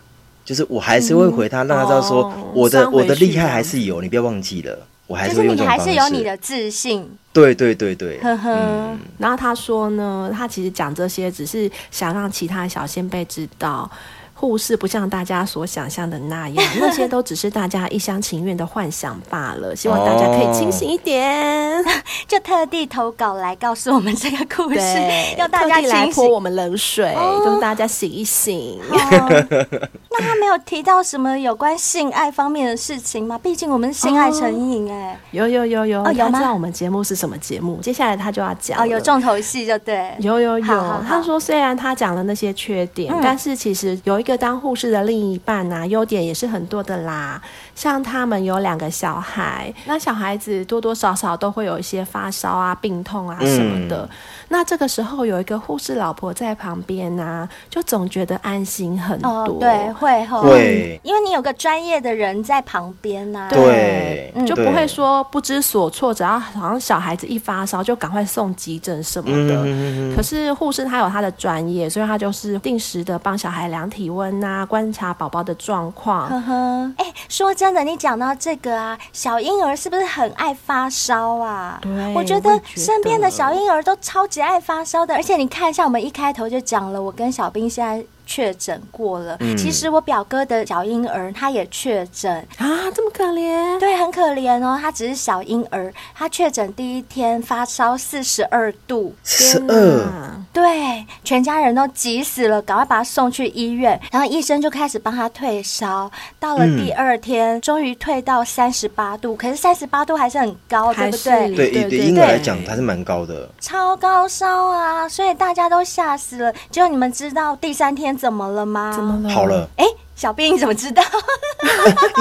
Speaker 4: 就是我还是会回他，让他知道说、
Speaker 2: 哦
Speaker 4: 我的
Speaker 2: 伤回
Speaker 4: 我的
Speaker 2: 去
Speaker 4: 厉
Speaker 2: 这
Speaker 4: 害
Speaker 2: 样
Speaker 4: 还是有，你不要忘记了，我还
Speaker 3: 就是是
Speaker 4: 会用
Speaker 3: 你
Speaker 4: 这种方
Speaker 3: 还
Speaker 4: 式。
Speaker 3: 是有你的自信，
Speaker 4: 对对对对，嗯
Speaker 3: 呵呵。
Speaker 2: 然后他说呢，他其实讲这些只是想让其他小先辈知道。护士不像大家所想象的那 [laughs] 样，那些都只是大家一厢情愿的幻想罢了。希望大家可以清醒一 [laughs] 点，
Speaker 3: 就特地投稿来告诉我们这个故事
Speaker 2: 对，，
Speaker 3: [laughs] 要大家
Speaker 2: 特地来
Speaker 3: 清
Speaker 2: 泼
Speaker 3: 醒。
Speaker 2: 我们冷水，
Speaker 3: 哦
Speaker 2: 就是大家醒一醒。
Speaker 3: 哦那他没有提到什么有关性爱方面的事情吗？毕竟我们是性爱成瘾哎、
Speaker 2: 有有有有，
Speaker 3: 哦有
Speaker 2: 他
Speaker 3: 吗
Speaker 2: 知道我们节目是什么节目，接下来他就要讲
Speaker 3: 哦，有
Speaker 2: 了
Speaker 3: 重头戏就对。
Speaker 2: 有有有，
Speaker 3: 好好好
Speaker 2: 他说虽然他讲了那些缺点，
Speaker 3: 嗯
Speaker 2: 但是其实有一个当护士的另一半啊，优点也是很多的啦。像他们有两个小孩，那小孩子多多少少都会有一些发烧啊、病痛啊
Speaker 3: 嗯
Speaker 2: 什么的。那这个时候有一个护士老婆在旁边啊，就总觉得安心很多。
Speaker 3: 哦，对，会吼，
Speaker 4: 对
Speaker 3: 因为你有个专业的人在旁边呐、
Speaker 4: 对
Speaker 3: 嗯
Speaker 2: 就不
Speaker 4: 对
Speaker 2: 会说不知所措，只要好像小孩子一发烧就赶快送急诊什么的。
Speaker 4: 嗯，
Speaker 2: 可是护士他有他的专业，所以他就是定时的帮小孩量体温呐、观察宝宝的状况。
Speaker 3: 呵呵，哎、说真的，你讲到这个啊，小婴儿是不是很爱发烧啊？
Speaker 2: 对
Speaker 3: 我觉
Speaker 2: 我也
Speaker 3: 得
Speaker 2: 觉得
Speaker 3: 身边的小婴儿都超级爱发烧的。而且你看，像我们一开头就讲了，我跟小兵现在确诊过了。其实我表哥的小婴儿他也确诊，
Speaker 2: 啊，这么可怜，
Speaker 3: 对，很可怜哦，他只是小婴儿，他确诊第一天发烧四十二度，
Speaker 4: 十
Speaker 2: 天
Speaker 4: 二，
Speaker 2: 哪，
Speaker 3: 对，全家人都急死了，赶快把他送去医院，然后医生就开始帮他退烧。到了第二天，终于退到三十八度，可是三十八度还是很高，对
Speaker 2: 还
Speaker 3: 不
Speaker 2: 是
Speaker 3: 对？
Speaker 4: 对
Speaker 2: 对
Speaker 4: 对
Speaker 2: 对
Speaker 4: 婴儿来
Speaker 2: 对
Speaker 4: 讲还是蛮高的。
Speaker 3: 超高烧啊，所以大家都吓死了。结果你们知道第三天怎么了吗？
Speaker 2: 怎么？了？
Speaker 4: 好，了，
Speaker 3: 哎，小兵你怎么知道？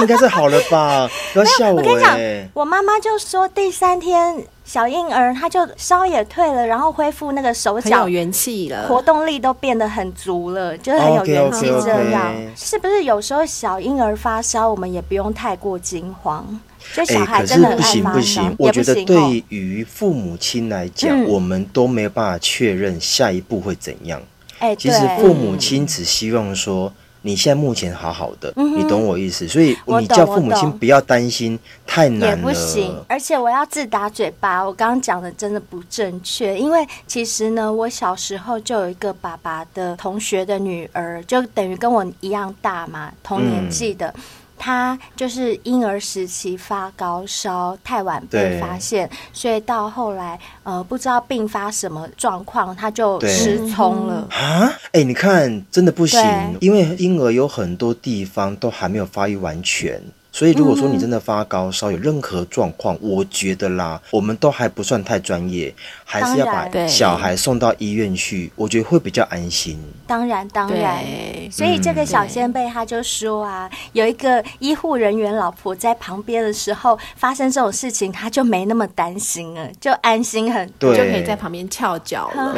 Speaker 4: 应该是好了吧？不要笑
Speaker 3: [laughs] 我跟你讲
Speaker 4: 哎，，
Speaker 3: 我妈妈就说第三天小婴儿他就烧也退了，然后恢复那个手
Speaker 2: 很
Speaker 3: 脚
Speaker 2: 有元气了。
Speaker 3: 活动力都变得很足了，就是很有
Speaker 4: OK，
Speaker 3: 元气
Speaker 4: OK，OK
Speaker 3: 这样。是不是有时候小婴儿发烧，我们也不用太过惊慌？就小
Speaker 4: 哎，
Speaker 3: 孩
Speaker 4: 可
Speaker 3: 真
Speaker 4: 是
Speaker 3: 的很
Speaker 4: 不
Speaker 3: 爱
Speaker 4: 行
Speaker 3: 发
Speaker 4: 不
Speaker 3: 烧，
Speaker 4: 行，
Speaker 3: 也
Speaker 4: 我
Speaker 3: 不
Speaker 4: 觉得
Speaker 3: 行哦。
Speaker 4: 对于父母亲来讲，
Speaker 3: 嗯
Speaker 4: 我们都没有办法确认下一步会怎样。
Speaker 3: 哎，
Speaker 4: 其实
Speaker 3: 对
Speaker 4: 父，母亲只希望说。你现在目前好好的，
Speaker 3: 嗯哼
Speaker 4: 你懂我意思，所以
Speaker 3: 我
Speaker 4: 你
Speaker 3: 懂
Speaker 4: 叫
Speaker 3: 我
Speaker 4: 父母亲
Speaker 3: 懂
Speaker 4: 不要担心，太
Speaker 3: 也
Speaker 4: 难
Speaker 3: 不行
Speaker 4: 了。。
Speaker 3: 而且我要自打嘴巴，我刚刚讲的真的不正确，因为其实呢，我小时候就有一个爸爸的同学的女儿，就等于跟我一样大嘛，同年纪的。
Speaker 4: 嗯
Speaker 3: 她就是婴儿时期发高烧，太晚被
Speaker 4: 对
Speaker 3: 发现，所以到后来，呃，不知道并发什么状况，她就
Speaker 4: 对
Speaker 3: 失聪了。
Speaker 4: 啊，哎、你看，真的不行
Speaker 3: 对，
Speaker 4: 因为婴儿有很多地方都还没有发育完全，所以如果说
Speaker 2: 嗯
Speaker 4: 你真的发高烧，有任何状况，我觉得啦，我们都还不算太专业，还是要
Speaker 3: 当
Speaker 4: 把
Speaker 3: 然
Speaker 2: 对
Speaker 4: 小孩送到医院去，我觉得会比较安心。
Speaker 3: 当然，当然。
Speaker 2: 对，嗯
Speaker 3: 所以这个小
Speaker 2: 对
Speaker 3: 先辈他就说啊，有一个医护人员老婆在旁边的时候，发生这种事情，他就没那么担心了，就安心很多。
Speaker 2: 就可以
Speaker 4: 对
Speaker 2: 在，旁边翘脚了。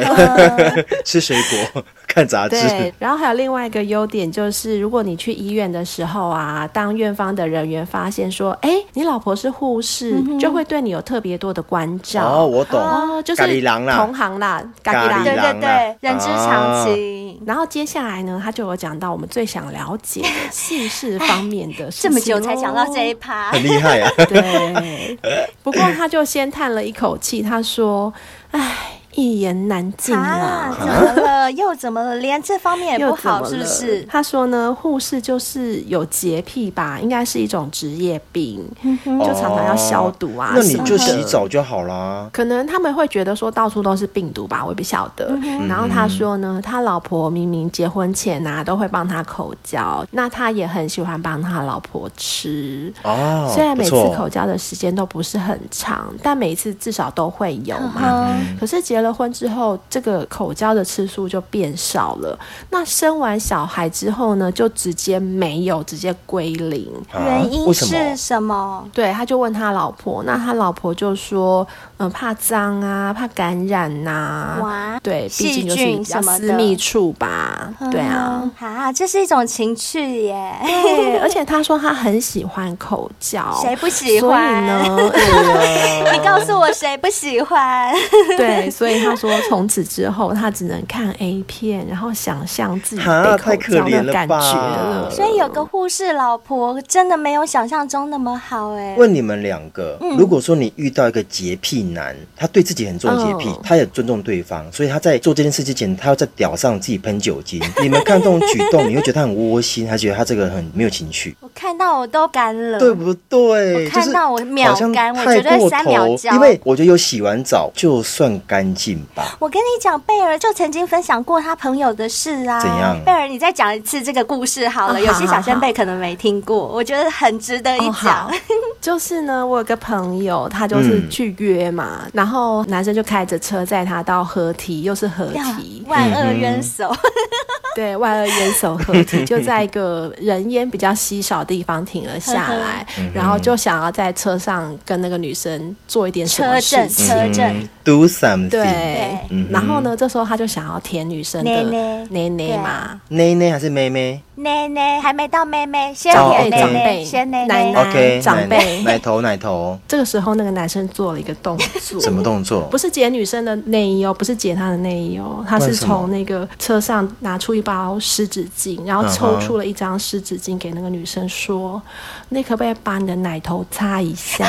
Speaker 4: 吃水果， [laughs] 看杂志，
Speaker 2: 对，然后还有另外一个优点就是，如果你去医院的时候啊，当院方的人员发现说，哎，你老婆是护士，就会对你有特别多的关照。
Speaker 4: 哦，我懂，
Speaker 2: 哦就是
Speaker 4: 咖喱狼啦
Speaker 2: 同行啦，咖喱
Speaker 4: 咖
Speaker 2: 狼
Speaker 4: 喱
Speaker 3: 对
Speaker 4: 狼
Speaker 3: 对
Speaker 4: 啊
Speaker 3: 对，人之常情。
Speaker 2: 然后接下来呢，他就有讲到我们最想了解的性事方面的事
Speaker 3: [laughs] 这
Speaker 2: 情
Speaker 3: 么久才讲到这一
Speaker 2: 哦。
Speaker 3: 趴， [laughs]
Speaker 4: 很厉害啊。
Speaker 2: 对，不过他就先叹了一口气，他说：“唉，一言难尽
Speaker 3: 啊，
Speaker 2: 啊。
Speaker 3: 怎么了？又怎么了？连这方面也
Speaker 2: 又
Speaker 3: 不
Speaker 2: 怎么
Speaker 3: 好，是不
Speaker 2: 了 [laughs]
Speaker 3: 是？
Speaker 2: 他说呢，护士就是有洁癖吧，应该是一种职业病， [laughs]
Speaker 3: 嗯
Speaker 2: 就常常要消毒啊。
Speaker 4: 哦那你就
Speaker 2: 什么的
Speaker 4: 洗澡就好啦。
Speaker 2: 可能他们会觉得说到处都是病毒吧，我也不晓得。然后他说呢，他老婆明明结婚前啊都会帮他口交，那他也很喜欢帮他老婆吃。
Speaker 4: 哦，
Speaker 2: 虽然每次
Speaker 4: 不错
Speaker 2: 口交的时间都不是很长，但每一次至少都会有嘛。
Speaker 3: 嗯，
Speaker 2: 可是结了婚之后，这个口交的次数就变少了。那生完小孩之后呢，就直接没有，直接归零。
Speaker 4: 啊
Speaker 3: 原因
Speaker 4: 为什
Speaker 3: 是
Speaker 4: 么？
Speaker 3: 什么？
Speaker 2: 对，他就问他老婆，那他老婆就说，嗯、怕脏啊，怕感染呐、
Speaker 3: 哇
Speaker 2: 对，毕
Speaker 3: 细
Speaker 2: 竟就是
Speaker 3: 菌
Speaker 2: 比较
Speaker 3: 什么
Speaker 2: 私
Speaker 3: 的
Speaker 2: 密处吧，对啊。
Speaker 3: 嗯，啊，这是一种情趣耶， [laughs]
Speaker 2: 对，而且他说他很喜欢口交，
Speaker 3: 谁不喜
Speaker 2: 所以
Speaker 3: 欢？
Speaker 2: 呢？ [laughs]
Speaker 4: 对啊
Speaker 3: 你告诉我谁不喜欢？
Speaker 2: 对，所以以他说从此之后他只能看 A 片，然后想象自己
Speaker 4: 哈
Speaker 2: 被
Speaker 4: 太
Speaker 2: 口
Speaker 4: 可
Speaker 2: 交
Speaker 4: 怜
Speaker 2: 的
Speaker 4: 了
Speaker 2: 感觉
Speaker 4: 吧
Speaker 2: 了。
Speaker 3: 所以有个护士老婆真的没有想象中那么好哎、
Speaker 4: 问你们两个，
Speaker 3: 嗯
Speaker 4: 如果说你遇到一个洁癖男，他对自己很重洁癖，
Speaker 3: 哦
Speaker 2: 嗯
Speaker 4: 他也尊重对方，所以他在做这件事之前，他要在屌上自己喷酒
Speaker 3: [laughs]
Speaker 4: 精。你们看这种举动，你会觉得他很窝心，还觉得他这个很没有情趣，
Speaker 3: 我看到我都干了，
Speaker 4: 对不对？
Speaker 3: 嗯我看到我秒
Speaker 4: 就是好像
Speaker 3: 干我
Speaker 4: 太
Speaker 3: 觉得
Speaker 4: 过
Speaker 3: 三
Speaker 4: 头
Speaker 3: 秒交
Speaker 4: 因为我觉得有洗完澡就算干净
Speaker 3: [laughs]
Speaker 4: 吧。
Speaker 3: 我跟你讲，贝尔就曾经分享过他朋友的事啊。
Speaker 4: 怎样啊
Speaker 3: 贝尔，你再讲一次这个故事好了，
Speaker 2: 哦
Speaker 3: 有些
Speaker 2: 好好
Speaker 3: 小先辈可能没听过，我觉得很值得一
Speaker 2: 哦，
Speaker 3: 讲。
Speaker 2: 好， [laughs] 就是呢，我有个朋友，他就是
Speaker 4: 嗯
Speaker 2: 去约嘛，然后男生就开着车载他到合体，又是合
Speaker 3: 呀
Speaker 2: 体，
Speaker 3: 万恶冤
Speaker 4: 嗯
Speaker 3: 首，
Speaker 2: [laughs] 对，万恶烟手合体，就在一个人烟比较稀少的地方停了下来，
Speaker 4: 嗯
Speaker 2: 然后就想要在车上跟那个女生做一点什
Speaker 3: 车
Speaker 2: 么
Speaker 3: 震
Speaker 2: 事情。
Speaker 3: 车震，
Speaker 4: 嗯 Do something，
Speaker 2: 对
Speaker 3: 对，
Speaker 4: 嗯哼
Speaker 2: 然后呢？这时候他就想要舔女生的
Speaker 3: 奶啊
Speaker 2: 奶奶嘛，
Speaker 4: 内内还是妹妹
Speaker 3: [laughs] 奶奶还没到妹妹，先
Speaker 2: 长辈
Speaker 3: 舔奶
Speaker 2: 长
Speaker 3: 奶，
Speaker 2: 辈
Speaker 3: 先奶
Speaker 2: 奶
Speaker 3: 奶
Speaker 2: 奶。
Speaker 4: ？OK，
Speaker 2: 长
Speaker 4: 奶
Speaker 2: 辈
Speaker 4: 奶头奶头，
Speaker 2: 这个时候那个男生做了一个动
Speaker 3: [laughs]
Speaker 2: 作，
Speaker 4: 什么动作？
Speaker 2: 不是解女生的内衣哦，不是解她的内衣哦，他
Speaker 4: 为
Speaker 2: 是
Speaker 4: 什么
Speaker 2: 从那个车上拿出一包湿纸巾，然后抽出了一张湿纸巾给那个女生说：“你可不可以把你的奶头擦一下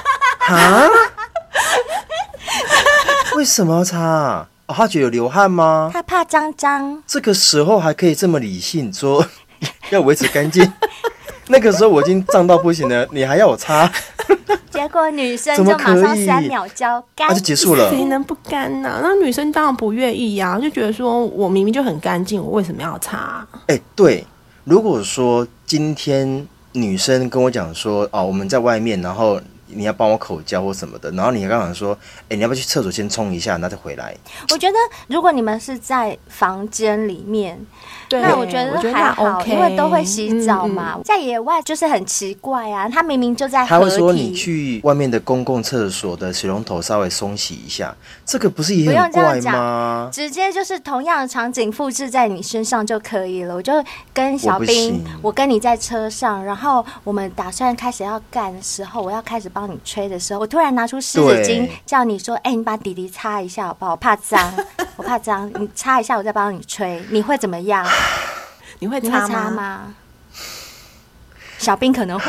Speaker 4: [laughs] 啊？为什么要擦、啊？哦他觉得有流汗吗？
Speaker 3: 他怕脏脏，
Speaker 4: 这个时候还可以这么理性说 [laughs] 要维持干净？那个时候我已经胀到不行了，你还要我擦，
Speaker 3: 结果女生
Speaker 4: 怎么
Speaker 3: 就马上
Speaker 4: 可以
Speaker 3: 三秒交干，
Speaker 4: 那、就结束了？”。
Speaker 2: 谁能不干呢、那女生当然不愿意呀、就觉得说我明明就很干净，我为什么要擦？
Speaker 4: 哎、对，如果说今天女生跟我讲说，哦，我们在外面，然后你要帮我口交或什么的，然后你刚刚说，哎、你要不要去厕所先冲一下，然后再回来？
Speaker 3: 我觉得如果你们是在房间里面，
Speaker 2: 对，
Speaker 3: 那我觉
Speaker 2: 我觉
Speaker 3: 得
Speaker 2: 得
Speaker 3: 还
Speaker 2: 那
Speaker 3: 好，
Speaker 2: OK，
Speaker 3: 因为都会洗澡
Speaker 2: 嗯嗯
Speaker 3: 嘛，在野外就是很奇怪啊。他明明就在
Speaker 4: 他
Speaker 3: 合
Speaker 4: 会说
Speaker 3: 体
Speaker 4: 你去外面的公共厕所的水龙头稍微冲洗一下，这个不是
Speaker 3: 不
Speaker 4: 也
Speaker 3: 用
Speaker 4: 很
Speaker 3: 这样
Speaker 4: 怪吗？
Speaker 3: 直接就是同样的场景复制在你身上就可以了。我就跟小
Speaker 4: 我不
Speaker 3: 兵
Speaker 4: 行，
Speaker 3: 我跟你在车上，然后我们打算开始要干的时候，我要开始帮你吹的时候，我突然拿出湿纸巾
Speaker 4: 对，
Speaker 3: 叫你说：“哎、你把底底擦一下好不好？我怕脏，我怕脏，你擦一下，我再帮你吹。”你会怎么样？
Speaker 2: 嗯你会
Speaker 3: 你会
Speaker 2: 擦
Speaker 3: 擦吗？小兵可
Speaker 4: [laughs]
Speaker 3: 能会，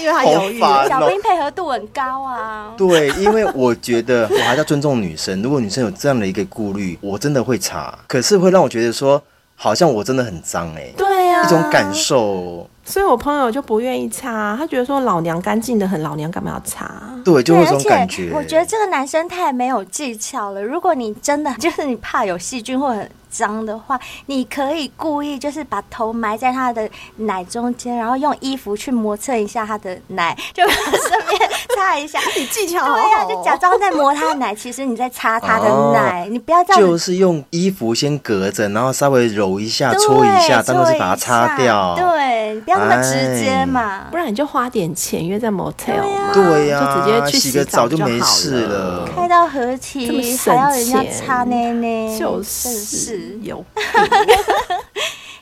Speaker 2: 因为他
Speaker 4: 好
Speaker 2: 犹豫。
Speaker 4: 烦
Speaker 3: 小
Speaker 4: 哦
Speaker 3: 兵！配合度很高啊。
Speaker 4: 对，因为我觉得我还是要尊重女生。如果女生有这样的一个顾虑，我真的会查，可是会让我觉得说，好像我真的很脏哎、
Speaker 2: 对呀、
Speaker 3: 啊
Speaker 4: 一种感受。
Speaker 2: 所以我朋友就不愿意擦，他觉得说老娘干净的很，老娘干嘛要擦？
Speaker 4: 对，就
Speaker 3: 对，
Speaker 4: 会有
Speaker 3: 而
Speaker 4: 这种
Speaker 3: 且
Speaker 4: 感觉。
Speaker 3: 我觉得这个男生太没有技巧了。如果你真的 [laughs] 就是你怕有细菌或很脏的话，你可以故意就是把头埋在他的奶中间，然后用衣服去磨蹭一下他的奶， [laughs] 就顺便
Speaker 4: [laughs]
Speaker 3: 擦一下。
Speaker 2: 你技巧好
Speaker 3: 对
Speaker 2: 好、
Speaker 3: 呀、
Speaker 2: 哦，
Speaker 3: 就假装在磨他的奶，其实你在擦他的奶。
Speaker 4: 哦
Speaker 3: 你不要这样
Speaker 4: 就
Speaker 3: 子
Speaker 4: 是用衣服先隔着，然后稍微揉一下、
Speaker 3: 对，
Speaker 4: 啊搓一下，当做
Speaker 3: 搓
Speaker 4: 是把它
Speaker 3: 一
Speaker 4: 擦
Speaker 3: 下
Speaker 4: 掉。
Speaker 3: 对，你不要那么直接
Speaker 4: 哎
Speaker 3: 嘛。
Speaker 2: 不然你就花点钱约在 motel 嘛，
Speaker 4: 对呀、
Speaker 2: 就直接去
Speaker 4: 洗个
Speaker 2: 澡
Speaker 4: 澡就
Speaker 2: 好
Speaker 4: 没事
Speaker 2: 了。
Speaker 4: 了。
Speaker 3: 开到合体
Speaker 2: 这么
Speaker 3: 还
Speaker 2: 省
Speaker 3: 要人家
Speaker 2: 钱
Speaker 3: 擦奶奶，
Speaker 2: 就
Speaker 3: 真
Speaker 2: 是
Speaker 3: 是
Speaker 2: 有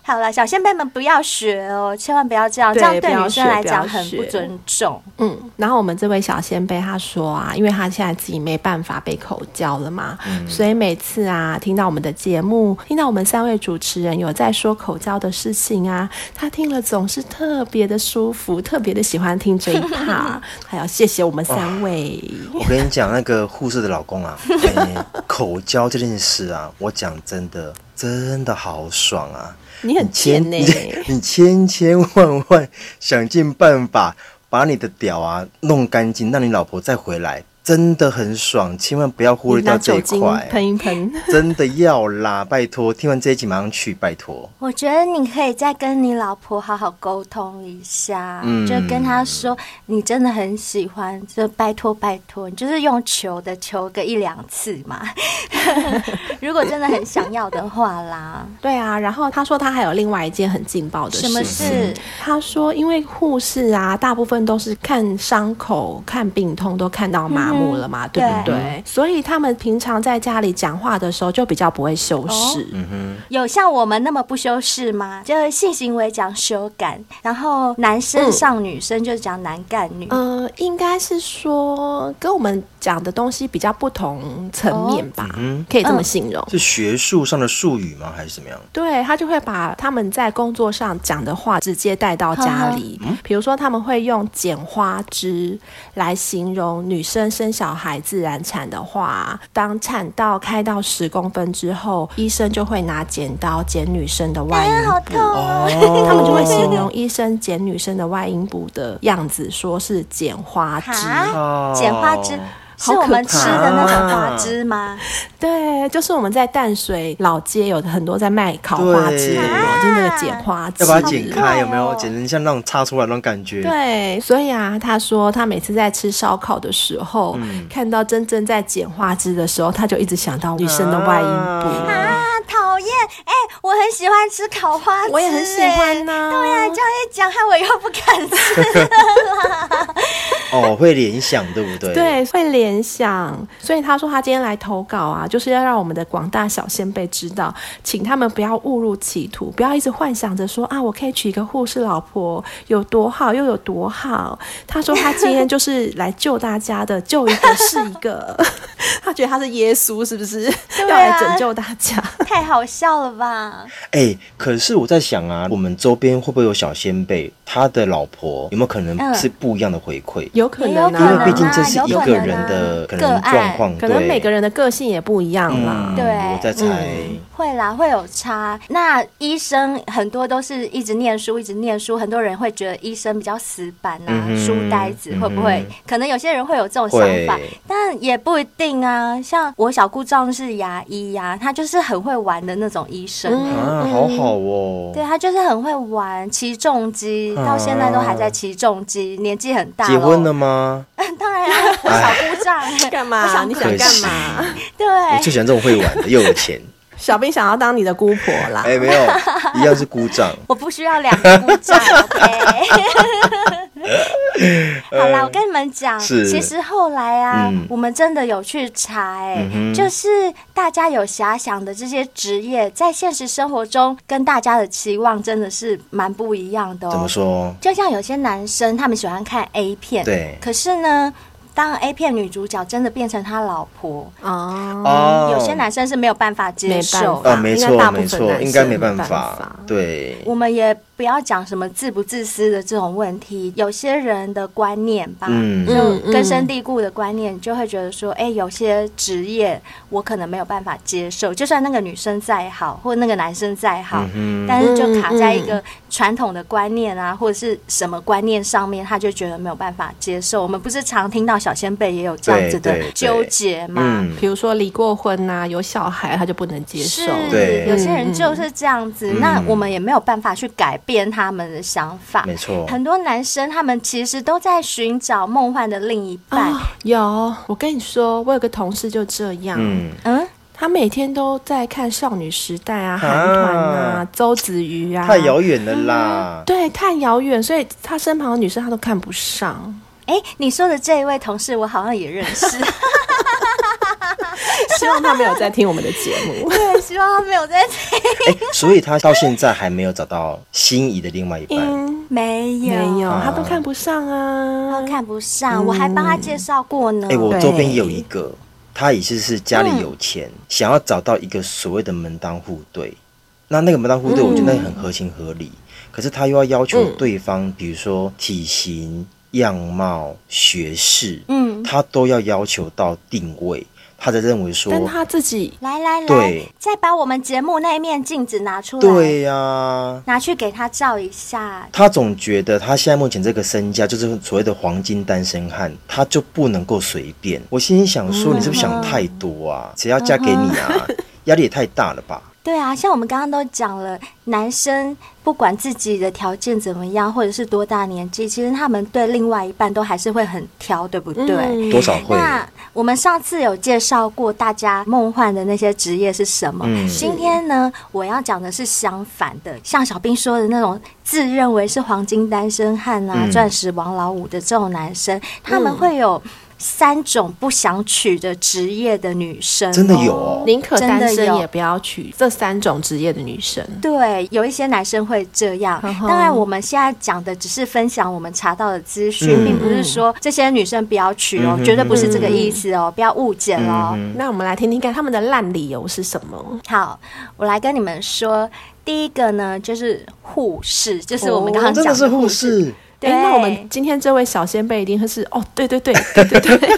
Speaker 3: 好了，小先辈们不要学哦，千万不要这样，这
Speaker 2: 对
Speaker 3: 样对
Speaker 2: 不要
Speaker 3: 女生
Speaker 2: 学
Speaker 3: 来
Speaker 2: 不要
Speaker 3: 讲很不
Speaker 2: 学
Speaker 3: 尊重。
Speaker 2: 嗯，然后我们这位小先辈他说啊，因为他现在自己没办法被口交了嘛，
Speaker 4: 嗯
Speaker 2: 所以每次啊听到我们的节目，听到我们三位主持人有在说口交的事情啊，他听了总是特别的舒服，特别的喜欢听这一
Speaker 4: [laughs]
Speaker 2: 趴。还要谢谢我们三位，
Speaker 4: 我跟你讲，那个护士的老
Speaker 2: [laughs]
Speaker 4: 公啊，哎口交这件事啊，我讲真的，真的好爽啊！
Speaker 2: 你很
Speaker 4: 千
Speaker 2: 贱欸呢、
Speaker 4: [laughs] 你你千千万万想尽办法把你的屌啊弄干净，让你老婆再回来，真的很爽，千万不要忽略
Speaker 2: 你拿
Speaker 4: 掉这
Speaker 2: 酒
Speaker 4: 一
Speaker 2: 精
Speaker 4: 块，
Speaker 2: 喷一喷。
Speaker 4: 真的要啦，拜托，听完这一集马上去，拜托。
Speaker 3: 我觉得你可以再跟你老婆好好沟通一下，
Speaker 4: 嗯
Speaker 3: 就跟她说你真的很喜欢，就拜托拜托，你就是用求的求个一两次嘛。 [laughs] 如果真的很想要的话
Speaker 4: [laughs]
Speaker 3: 啦，
Speaker 2: 对啊，然后他说他还有另外一件很劲爆的事
Speaker 3: 什么
Speaker 2: 情
Speaker 3: 事？
Speaker 2: 他说，因为护士啊，大部分都是看伤口、看病痛，都看到麻目了
Speaker 3: 嗯
Speaker 2: 嘛，对不对？所以他们平常在家里讲话的时候就比较不会修饰。
Speaker 3: 嗯有像我们那么不修饰吗？就是性行为讲修感，然后男
Speaker 2: 嗯
Speaker 3: 生上女生就是讲男干女。
Speaker 2: 呃，应该是说跟我们讲的东西比较不同层面吧，
Speaker 3: 哦
Speaker 2: 可以
Speaker 3: 嗯
Speaker 2: 这么形容。
Speaker 4: 是学术上的术语吗？还是怎么样？
Speaker 2: 对他就会把他们在工作上讲的话直接带到家里，
Speaker 4: 嗯
Speaker 2: 比如说他们会用剪花枝来形容女生生小孩自然产的话，当产道开到十公分之后，医生就会拿剪刀剪女生的外
Speaker 3: 哎呀，
Speaker 2: 阴
Speaker 3: 好
Speaker 2: 部
Speaker 3: 痛。哦！
Speaker 4: 哦，
Speaker 2: 他们就会形容医生剪女生的外阴部的样子，说是剪花枝。
Speaker 3: 哈，
Speaker 4: 哦
Speaker 3: 剪花枝是
Speaker 2: 好可
Speaker 3: 我们吃的那种
Speaker 4: 怕
Speaker 3: 花枝吗？
Speaker 2: 对，就是我们在淡水老街有很多在卖烤花枝的，
Speaker 4: 对
Speaker 2: 就那个剪花枝。
Speaker 4: 要把它剪开，
Speaker 3: 好
Speaker 4: 有没有
Speaker 3: 快？哦
Speaker 4: 剪成像那种插出来那种感觉。
Speaker 2: 对，所以啊，他说他每次在吃烧烤的时候，看到真正在剪花枝的时候，他就一直想到女生的外阴部。
Speaker 4: 啊
Speaker 3: 啊，讨厌！哎，我很喜欢吃烤花枝，
Speaker 2: 我也很喜欢啊呐
Speaker 3: 哎对呀，这样一讲，害我又不敢吃。
Speaker 2: [laughs]
Speaker 4: 哦，会联想，对不对？，
Speaker 2: 对，会联想。所以他说他今天来投稿啊，就是要让我们的广大小先辈知道，请他们不要误入歧途，不要一直幻想着说啊，我可以娶一个护士老婆有多好，又有多好。他说他今天就是来救大家的，救一个是一个。他觉得他是耶稣，是不是？
Speaker 3: 啊
Speaker 2: 要来拯救大家。
Speaker 3: 太好笑了吧？
Speaker 4: 哎、可是我在想啊，我们周边会不会有小先辈，他的老婆有没有可能
Speaker 3: 嗯
Speaker 4: 是不一样的回馈？
Speaker 2: 有可
Speaker 3: 也
Speaker 2: 能、
Speaker 3: 有
Speaker 2: 啊，
Speaker 3: 可能
Speaker 4: 因为毕竟这是
Speaker 3: 有
Speaker 4: 一
Speaker 3: 可
Speaker 4: 个
Speaker 3: 能
Speaker 4: 人
Speaker 3: 啊
Speaker 4: 的可
Speaker 3: 个
Speaker 4: 能
Speaker 3: 案
Speaker 4: 状况，
Speaker 2: 可能
Speaker 4: 对
Speaker 2: 每个人的个性也不一样啦。
Speaker 3: 对
Speaker 4: 我在猜。
Speaker 3: 会啦，会有差。那医生很多都是一直念书，一直念书，很多人会觉得医生比较死板啊，
Speaker 4: 嗯哼
Speaker 3: 书呆子，会不会
Speaker 4: 嗯？
Speaker 3: 可能有些人会有这种想法
Speaker 4: 会，
Speaker 3: 但也不一定啊。像我小姑丈是牙医呀、他就是很会玩的那种医生。
Speaker 2: 嗯
Speaker 4: 啊，好好哦，
Speaker 3: 对他啊就是很会玩骑重机，到现在都还在骑重机，年纪很大
Speaker 4: 啊结婚
Speaker 3: 咯
Speaker 4: 了。吗？
Speaker 3: [laughs] 当然啊，我小姑丈
Speaker 2: [laughs] 干
Speaker 3: 我
Speaker 2: 嘛？
Speaker 3: 想
Speaker 2: 你想
Speaker 4: 可
Speaker 2: 干
Speaker 4: 惜
Speaker 2: 嘛？
Speaker 4: 我
Speaker 3: 对
Speaker 4: 最喜欢这种会玩的，又有钱。
Speaker 2: 小兵想要当你的姑婆啦。
Speaker 4: 哎、没有，一样是鼓掌。
Speaker 3: [laughs] 我不需要两个姑
Speaker 4: [laughs]
Speaker 3: 丈，OK。好啦，我跟你们讲，
Speaker 4: 呃是
Speaker 3: 其实后来啊，
Speaker 4: 嗯
Speaker 3: 我们真的有去查、欸，
Speaker 4: 嗯哼
Speaker 3: 就是大家有遐想的这些职业，在现实生活中跟大家的期望真的是蛮不一样的、哦。
Speaker 4: 怎么说？
Speaker 3: 就像有些男生他们喜欢看 A 片，
Speaker 4: 对
Speaker 3: 可是呢，当 A 片女主角真的变成他老婆，
Speaker 2: 哦，
Speaker 4: 哦，
Speaker 3: 嗯有些男生是没有办法接
Speaker 2: 没办
Speaker 3: 受
Speaker 2: 法
Speaker 3: 的。
Speaker 4: 啊，没
Speaker 2: 应该大
Speaker 4: 错
Speaker 2: 部分
Speaker 4: 没错，
Speaker 2: 男生
Speaker 4: 应该没办
Speaker 2: 没办法
Speaker 4: 对，
Speaker 3: 我们也不要讲什么自不自私的这种问题，有些人的观念吧，
Speaker 4: 嗯
Speaker 3: 就
Speaker 2: 嗯
Speaker 3: 根深蒂固的观念，就会觉得说，哎、有些职业我可能没有办法接受，就算那个女生再好，或者那个男生再好，
Speaker 4: 嗯
Speaker 3: 但是就卡在一个传统的观念啊，或者是什么观念上面，他就觉得没有办法接受。我们不是常听到小先辈也有这样子的
Speaker 4: 对对对
Speaker 3: 纠结吗？
Speaker 4: 嗯，
Speaker 2: 比如说离过婚呐、有小孩，他就不能接
Speaker 3: 是
Speaker 2: 受。，
Speaker 4: 对
Speaker 3: 有些人就是这样子，
Speaker 4: 嗯
Speaker 3: 那我们也没有办法去改变他们的想法。
Speaker 4: 没错。
Speaker 3: 很多男生他们其实都在寻找梦幻的另一半。
Speaker 2: 啊有，我跟你说，我有个同事就这样，
Speaker 4: 嗯，
Speaker 3: 嗯，
Speaker 2: 他每天都在看《少女时代》啊、韩团啊
Speaker 4: 啊、
Speaker 2: 周子瑜啊，
Speaker 4: 太遥远了啦。
Speaker 2: 对，太遥远，所以他身旁的女生他都看不上。
Speaker 3: 哎、你说的这一位同事，我好像也认识，
Speaker 2: [laughs] 希望他没有在听我们的节目，
Speaker 3: 对，希望他没有在这。
Speaker 4: 哎、所以他到现在还没有找到心仪的另外一
Speaker 2: [laughs]
Speaker 4: 半。
Speaker 2: 嗯，
Speaker 3: 没有，
Speaker 2: 没有，
Speaker 4: 啊
Speaker 2: 他都看不上啊
Speaker 3: 他。看不上，我还帮他介绍过呢。
Speaker 4: 哎、我周边
Speaker 2: 对嗯
Speaker 4: 有一个，他也是是家里有钱，想要找到一个所谓的门当户对。那那个门当户对，我觉得那很合情合理。可是他又要要求
Speaker 2: 嗯
Speaker 4: 对方，比如说体型、样貌、学识，
Speaker 3: 嗯，
Speaker 4: 他都要要求到定位，他才认为说
Speaker 2: 但他自己
Speaker 3: 来来来
Speaker 4: 对，
Speaker 3: 再把我们节目那一面镜子拿出来，
Speaker 4: 对呀、
Speaker 3: 拿去给他照一下。
Speaker 4: 他总觉得他现在目前这个身价就是所谓的黄金单身汉，他就不能够随便。我心里想说，你是不是想太
Speaker 2: 嗯
Speaker 4: 多啊？谁要嫁给你啊？
Speaker 2: [laughs]
Speaker 4: 压力也太大了吧？
Speaker 3: 对啊，像我们刚刚都讲了，男生不管自己的条件怎么样，或者是多大年纪，其实他们对另外一半都还是会很挑，对不对？
Speaker 2: 嗯
Speaker 4: 多少会？
Speaker 3: 那我们上次有介绍过大家梦幻的那些职业是什么？
Speaker 4: 嗯
Speaker 3: 今天呢，我要讲的是相反的，像小兵说的那种自认为是黄金单身汉啊、
Speaker 4: 嗯
Speaker 3: 钻石王老五的这种男生，他们
Speaker 2: 嗯
Speaker 3: 会有。三种不想娶的职业的女生、
Speaker 4: 真的有哦。
Speaker 2: 宁可单
Speaker 3: 真的
Speaker 2: 身
Speaker 3: 有
Speaker 2: 也不要娶这三种职业的女生。
Speaker 3: 对，有一些男生会这样。
Speaker 2: 嗯哼
Speaker 3: 当然，我们现在讲的只是分享我们查到的资讯，
Speaker 4: 嗯
Speaker 3: 并不是说这些女生不要娶哦，
Speaker 4: 嗯哼
Speaker 3: 绝对不是这个意思哦，不要误解喽。
Speaker 4: 嗯
Speaker 2: 那我们来听听看他们的烂理由是什么？
Speaker 3: 好，我来跟你们说，第一个呢就是护士，就是我们刚
Speaker 2: 哦
Speaker 3: 刚
Speaker 4: 真
Speaker 3: 讲
Speaker 4: 的是护
Speaker 3: 士，
Speaker 4: 士，
Speaker 3: 对
Speaker 2: 诶那我们今天这位小先辈一定会是哦，对对对 [laughs] 对对
Speaker 3: [laughs]
Speaker 2: 对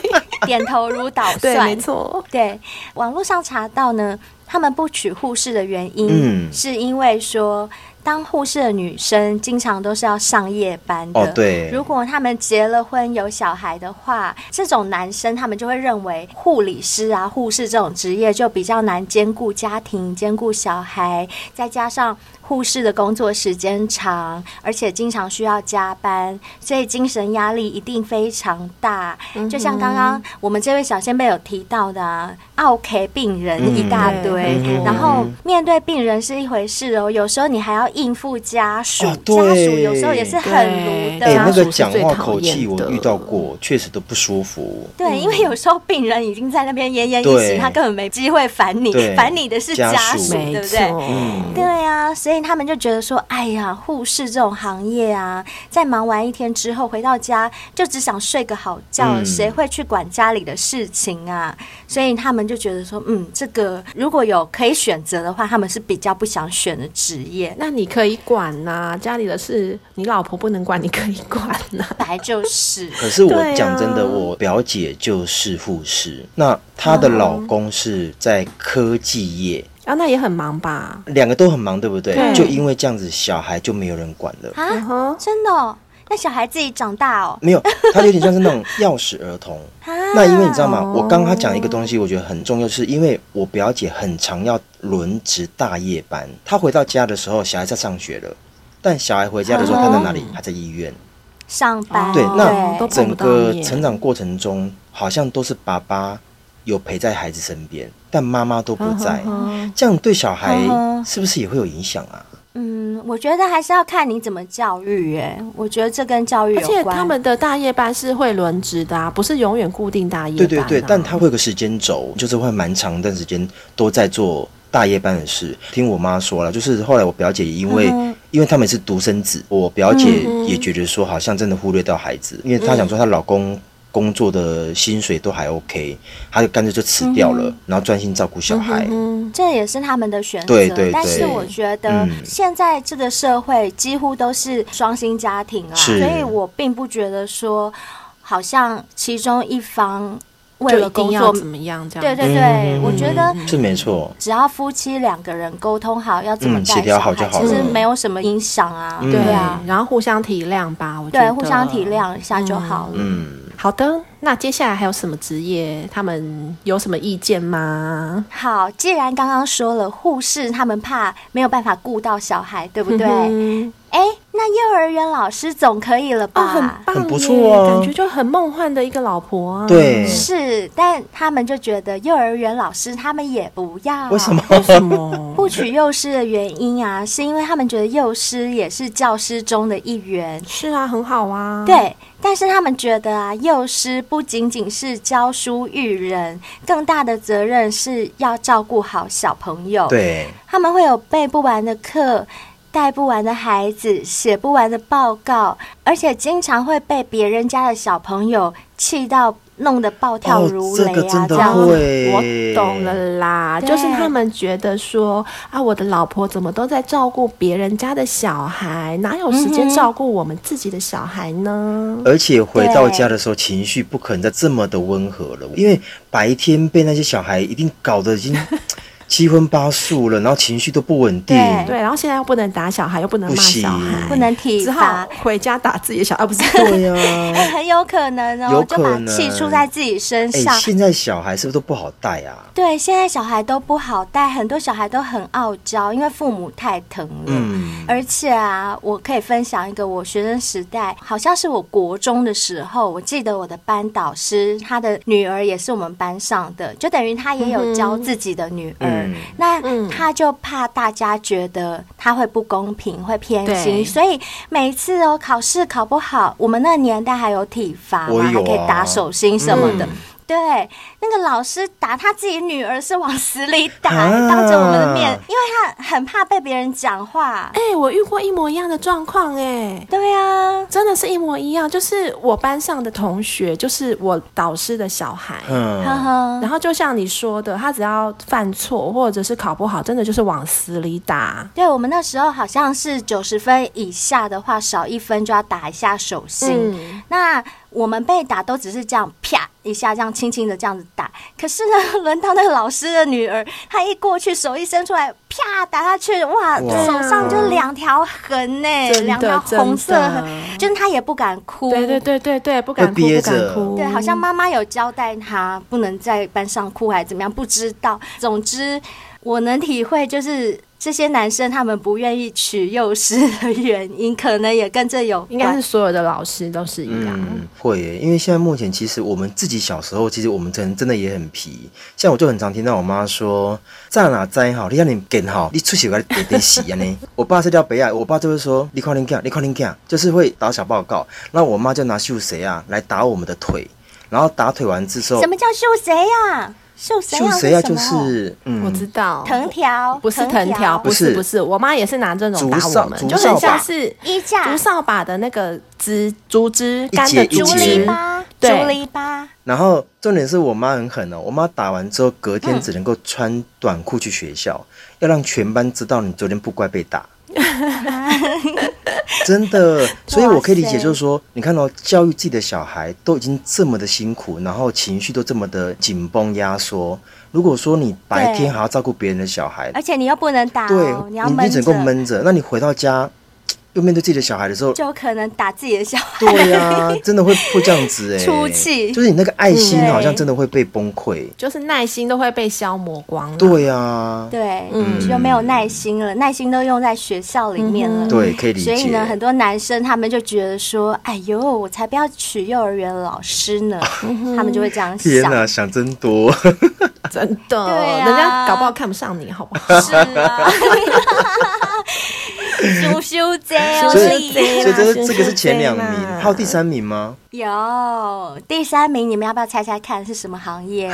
Speaker 3: 点头
Speaker 4: [laughs]
Speaker 3: 如捣
Speaker 2: 对，没
Speaker 3: 蒜。
Speaker 2: 错。
Speaker 3: 对，网络上查到呢，他们不娶护士的原因，
Speaker 4: 嗯
Speaker 3: 是因为说。当护士的女生经常都是要上夜班的，
Speaker 4: 哦对
Speaker 3: 如果他们结了婚有小孩的话，这种男生他们就会认为护理师啊、护士这种职业就比较难兼顾家庭、兼顾小孩，再加上护士的工作时间长，而且经常需要加班，所以精神压力一定非常大。就像刚刚我们这位小先辈有提到的、啊，奥 K 病人
Speaker 4: 嗯
Speaker 3: 一大堆，
Speaker 4: 对嗯
Speaker 3: 然后面对病人是一回事哦，有时候你还要应付家属，
Speaker 4: 哦对
Speaker 3: 家属有时候也是很
Speaker 2: 对
Speaker 3: 鲁的。
Speaker 4: 哎、
Speaker 2: 家
Speaker 4: 那个
Speaker 2: 属是
Speaker 4: 讲
Speaker 2: 最
Speaker 4: 话
Speaker 2: 讨
Speaker 4: 口气
Speaker 2: 厌
Speaker 4: 我
Speaker 2: 的
Speaker 4: 遇到过，确实都不舒服。
Speaker 3: 对，因为有时候病人已经在那边奄奄
Speaker 4: 嗯
Speaker 3: 一息，
Speaker 4: 对
Speaker 3: 他根本没机会烦你
Speaker 4: 对，
Speaker 3: 烦你的是家
Speaker 4: 家
Speaker 3: 属，
Speaker 4: 属
Speaker 2: 没
Speaker 3: 对不
Speaker 2: 错
Speaker 3: 对？，对啊，所以他们就觉得说，哎呀，护士这种行业啊，在忙完一天之后回到家，就只想睡个好觉，
Speaker 4: 嗯
Speaker 3: 谁会去管家里的事情啊？所以他们就觉得说，嗯，这个如果有可以选择的话，他们是比较不想选的职业。
Speaker 2: 那你可以管呐、家里的事你老婆不能管，你可以管呐、 [laughs]
Speaker 3: 本
Speaker 4: [laughs]
Speaker 3: 来就是，
Speaker 4: 可是我
Speaker 2: 对啊
Speaker 4: 讲真的，我表姐就是护士，那她的老公是在科技业，
Speaker 2: 啊，那也很忙吧？
Speaker 4: 两个都很忙，对不对？
Speaker 2: 对
Speaker 4: 就因为这样子，小孩就没有人管了。
Speaker 2: 嗯
Speaker 3: 啊，
Speaker 2: 哼，
Speaker 3: 真的、哦？那小孩自己长大哦，
Speaker 4: 没有，他有点像是那种钥匙儿童。
Speaker 3: 啊，
Speaker 4: 那因为你知道吗？
Speaker 2: 哦
Speaker 4: 我刚刚他讲一个东西，我觉得很重要，是因为我表姐很常要轮值大夜班。她回到家的时候，小孩在上学了，但小孩回家的时候，
Speaker 2: 哦
Speaker 4: 他在哪里？他在医院。
Speaker 3: 上班
Speaker 4: 对那
Speaker 2: 都碰
Speaker 4: 整
Speaker 2: 不到
Speaker 4: 个
Speaker 2: 面
Speaker 4: 成长过程中，好像都是爸爸有陪在孩子身边，但妈妈都不在。
Speaker 2: 嗯
Speaker 4: 这样对小孩
Speaker 3: 嗯哼
Speaker 4: 是不是也会有影响啊？
Speaker 3: 嗯，我觉得还是要看你怎么教育、耶。我觉得这跟教育
Speaker 2: 而且
Speaker 3: 有关。
Speaker 2: 他们的大夜班是会轮值的、啊，不是永远固定大
Speaker 3: 啊
Speaker 2: 夜班、啊
Speaker 4: 对对对，但他会有个时间轴，就是会蛮长一段时间都在做大夜班的事。听我妈说了，就是后来我表姐因为、
Speaker 3: 嗯哼
Speaker 4: 因为他们是独生子，我表姐
Speaker 2: 嗯哼
Speaker 4: 也觉得说好像真的忽略到孩子，因为
Speaker 3: 嗯
Speaker 4: 她想说她老公。工作的薪水都还 OK，她就干脆就辞掉
Speaker 3: 嗯
Speaker 4: 了，然后专心照顾小孩。
Speaker 2: 嗯
Speaker 3: 这也是他们的选择。
Speaker 4: 对对
Speaker 3: 但是
Speaker 4: 对
Speaker 3: 我觉得
Speaker 4: 嗯
Speaker 3: 现在这个社会几乎都是双薪家庭啊，所
Speaker 4: 是
Speaker 3: 以我并不觉得说好像其中一方为
Speaker 2: 就
Speaker 3: 了
Speaker 2: 一
Speaker 3: 工
Speaker 2: 定
Speaker 3: 作
Speaker 2: 要，怎么样这
Speaker 3: 对
Speaker 2: 样？
Speaker 3: 对
Speaker 4: 嗯
Speaker 3: 对，我觉得。
Speaker 4: 是没错，
Speaker 3: 只要夫妻两个人沟通好，要怎么
Speaker 4: 嗯
Speaker 3: 带
Speaker 4: 协调
Speaker 3: 小
Speaker 4: 好
Speaker 3: 孩，
Speaker 4: 就好
Speaker 3: 其实
Speaker 4: 了
Speaker 3: 没有什么影响啊。
Speaker 4: 嗯
Speaker 3: 对啊，
Speaker 2: 然后互相体谅吧，我觉得
Speaker 3: 对，互相体。谅一下就好了。
Speaker 4: 嗯，
Speaker 2: 好的，那接下来还有什么职业？他们有什么意见吗？
Speaker 3: 好，既然刚刚说了护士他们怕没有办法顾到小孩，对不对？
Speaker 2: 嗯
Speaker 3: 哎、那幼儿园老师总可以了吧？
Speaker 2: 哦，很哦棒耶，
Speaker 4: 很不错啊
Speaker 2: 感觉就很梦幻的一个老婆啊。
Speaker 4: 对
Speaker 3: 是，但他们就觉得幼儿园老师他们也不要。
Speaker 4: 为什么？？
Speaker 2: 为什 [laughs] 么？
Speaker 3: 不取幼师的原因啊，是因为他们觉得幼师也是教师中的一员。
Speaker 2: 是啊，很好啊。，
Speaker 3: 对，但是他们觉得啊，幼师不仅仅是教书育人，更大的责任是要照顾好小朋友。，
Speaker 4: 对，
Speaker 3: 他们会有备不完的课，带不完的孩子，写不完的报告，而且经常会被别人家的小朋友气到弄得暴跳如雷啊，
Speaker 4: 哦这个真的
Speaker 3: 这样
Speaker 4: 会
Speaker 2: 我懂了啦，
Speaker 3: 对
Speaker 2: 就是他们觉得说啊，我的老婆怎么都在照顾别人家的小孩，哪有时间
Speaker 3: 嗯哼
Speaker 2: 照顾我们自己的小孩呢？
Speaker 4: 而且回到
Speaker 3: 对
Speaker 4: 家的时候，情绪不可能再这么的温和了，因为白天被那些小孩一定搞得已经七荤八素了，然后情绪都不稳定。
Speaker 3: 对
Speaker 2: 对，然后现在又不能打小孩，又不能骂
Speaker 4: 不行
Speaker 2: 小孩，
Speaker 3: 不能体
Speaker 2: 只
Speaker 3: 罚
Speaker 2: 好。回家打自己的小孩，啊不是？
Speaker 4: 对呀、
Speaker 3: 哎、很 [laughs] 有可能哦，
Speaker 4: 有
Speaker 3: 就
Speaker 4: 可
Speaker 3: 把
Speaker 4: 能
Speaker 3: 气出在自己身
Speaker 4: 哎、
Speaker 3: 上。
Speaker 4: 现在小孩是不是都不好带啊？
Speaker 3: 对，现在小孩都不好带，很多小孩都很傲娇，因为父母太疼了。
Speaker 4: 嗯，
Speaker 3: 而且啊，我可以分享一个我学生时代，好像是我国中的时候，我记得我的班导师他的女儿也是我们班上的，就等于他也有教自己的女儿。
Speaker 4: 嗯
Speaker 3: 那
Speaker 2: 嗯
Speaker 3: 他就怕大家觉得他会不公平，会偏心，
Speaker 2: 对
Speaker 3: 所以每次哦考试考不好，我们那个年代还有体罚
Speaker 4: 我
Speaker 3: 嘛，还
Speaker 4: 有
Speaker 3: 可以
Speaker 4: 啊
Speaker 3: 打手心什么的。
Speaker 2: 嗯
Speaker 3: 对，那个老师打他自己女儿是往死里打，
Speaker 4: 啊
Speaker 3: 当着我们的面，因为他很怕被别人讲
Speaker 2: [laughs]
Speaker 3: 话。
Speaker 2: 哎、我遇过一模一样的状况哎。
Speaker 3: 对啊，
Speaker 2: 真的是一模一样，就是我班上的同学，就是我导师的小孩，
Speaker 3: 呵
Speaker 4: 嗯，
Speaker 3: 呵，
Speaker 2: 然后就像你说的，他只要犯错或者是考不好，真的就是往死里打。
Speaker 3: 对我们那时候好像是九十分以下的话，少一分就要打一下手心。
Speaker 2: 嗯
Speaker 3: 那我们被打都只是这样啪一下，这样轻轻的这样子打。可是呢， [laughs] 轮到那个老师的女儿，她一过去，手一伸出来，啪打下去，哇，
Speaker 4: 哇
Speaker 3: 手上就两条痕呢、
Speaker 2: 真的
Speaker 3: 两条红色
Speaker 2: 真
Speaker 3: 痕，
Speaker 2: 的
Speaker 3: 就是她也不敢哭。
Speaker 2: 对对对对对，不敢
Speaker 4: 会
Speaker 2: 哭，
Speaker 4: 憋
Speaker 2: 不
Speaker 4: 着
Speaker 2: 敢哭。
Speaker 3: 对，好像妈妈有交代他不能在班上哭，还怎么样？不知道。总之，我能体会就是这些男生他们不愿意娶幼师的原因，可能也跟这有
Speaker 2: 应该是
Speaker 3: 关
Speaker 2: 所有的老师都是一样。
Speaker 4: 嗯，会耶，因为现在目前其实我们自己小时候，其实我们真真的也很皮。像我就很常听到我妈说：“在哪栽好，你让你更好，你出去给得得洗啊
Speaker 3: [laughs]
Speaker 4: 呢。”我爸是叫北亚，我爸就会说：“你快点干，你快点干。”就是会打小报告。那我妈就拿秀谁啊来打我们的腿，然后打腿完之后
Speaker 3: 什，么叫秀谁呀？秀谁
Speaker 4: 秀
Speaker 3: 呀？
Speaker 4: 谁啊
Speaker 3: 什么
Speaker 4: 就是嗯，
Speaker 2: 我知道，
Speaker 3: 藤条，
Speaker 2: 不是藤条，不
Speaker 4: 不
Speaker 2: 是
Speaker 4: 是
Speaker 2: 不是，我妈也是拿这种打
Speaker 4: 竹
Speaker 2: 我
Speaker 4: 扫
Speaker 2: 们，
Speaker 4: 竹
Speaker 2: 就
Speaker 4: 扫
Speaker 2: 很像
Speaker 4: 把
Speaker 2: 是
Speaker 3: 衣架
Speaker 2: 竹扫把的那个枝竹枝
Speaker 4: 一
Speaker 2: 干的
Speaker 4: 节一
Speaker 2: 啊竹
Speaker 3: 竹
Speaker 4: 节
Speaker 3: 篱
Speaker 2: 枝。
Speaker 3: 笆，竹
Speaker 2: 对
Speaker 3: 篱笆。
Speaker 4: 然后重点是我妈很狠哦，我妈打完之后隔
Speaker 3: 嗯
Speaker 4: 天只能够穿短裤去学校，要让全班知道你昨天不乖被
Speaker 3: [laughs]
Speaker 4: 打。真的，所以我可以理解，就是说，你看到、哦、教育自己的小孩都已经这么的辛苦，然后情绪都这么的紧绷压缩。如果说你白天还要照顾别人的小孩，
Speaker 3: 而且你又不能打
Speaker 4: 对
Speaker 3: 哎哦，，你要
Speaker 4: 你
Speaker 3: 闷
Speaker 4: 你只能够
Speaker 3: 着，
Speaker 4: 闷着，那你回到家又面对自己的小孩的时候，
Speaker 3: 就有可能打自己的小孩。
Speaker 4: 对呀、真的会会这样子哎、
Speaker 3: 出气
Speaker 4: 就是你那个爱心
Speaker 3: 嗯
Speaker 4: 好像真的会被崩溃。
Speaker 2: 就是耐心都会被消磨光了。
Speaker 4: 对啊，
Speaker 3: 对，
Speaker 2: 嗯
Speaker 3: 就没有耐心了，耐心都用在学校里面了。
Speaker 2: 嗯哼
Speaker 4: 对，可以理
Speaker 3: 所
Speaker 4: 解。
Speaker 3: 以呢，很多男生他们就觉得说：“哎呦，我才不要娶幼儿园老师呢！” [laughs] 他们就会这样
Speaker 4: 啊天
Speaker 3: 想。
Speaker 4: 哪，想真多。
Speaker 2: 真的，
Speaker 3: 对啊
Speaker 2: 人家搞不好看不上你，好
Speaker 3: [laughs]
Speaker 2: 不好？
Speaker 3: 是啊，羞羞姐，
Speaker 4: 所
Speaker 2: 是
Speaker 4: 以，
Speaker 2: 这样
Speaker 3: 啊
Speaker 4: 所
Speaker 2: 是
Speaker 4: 以这是这个是前两
Speaker 2: 这
Speaker 4: 名，
Speaker 2: 样
Speaker 4: 还有第三名吗？
Speaker 3: 有第三名，你们要不要猜猜看是什么行业？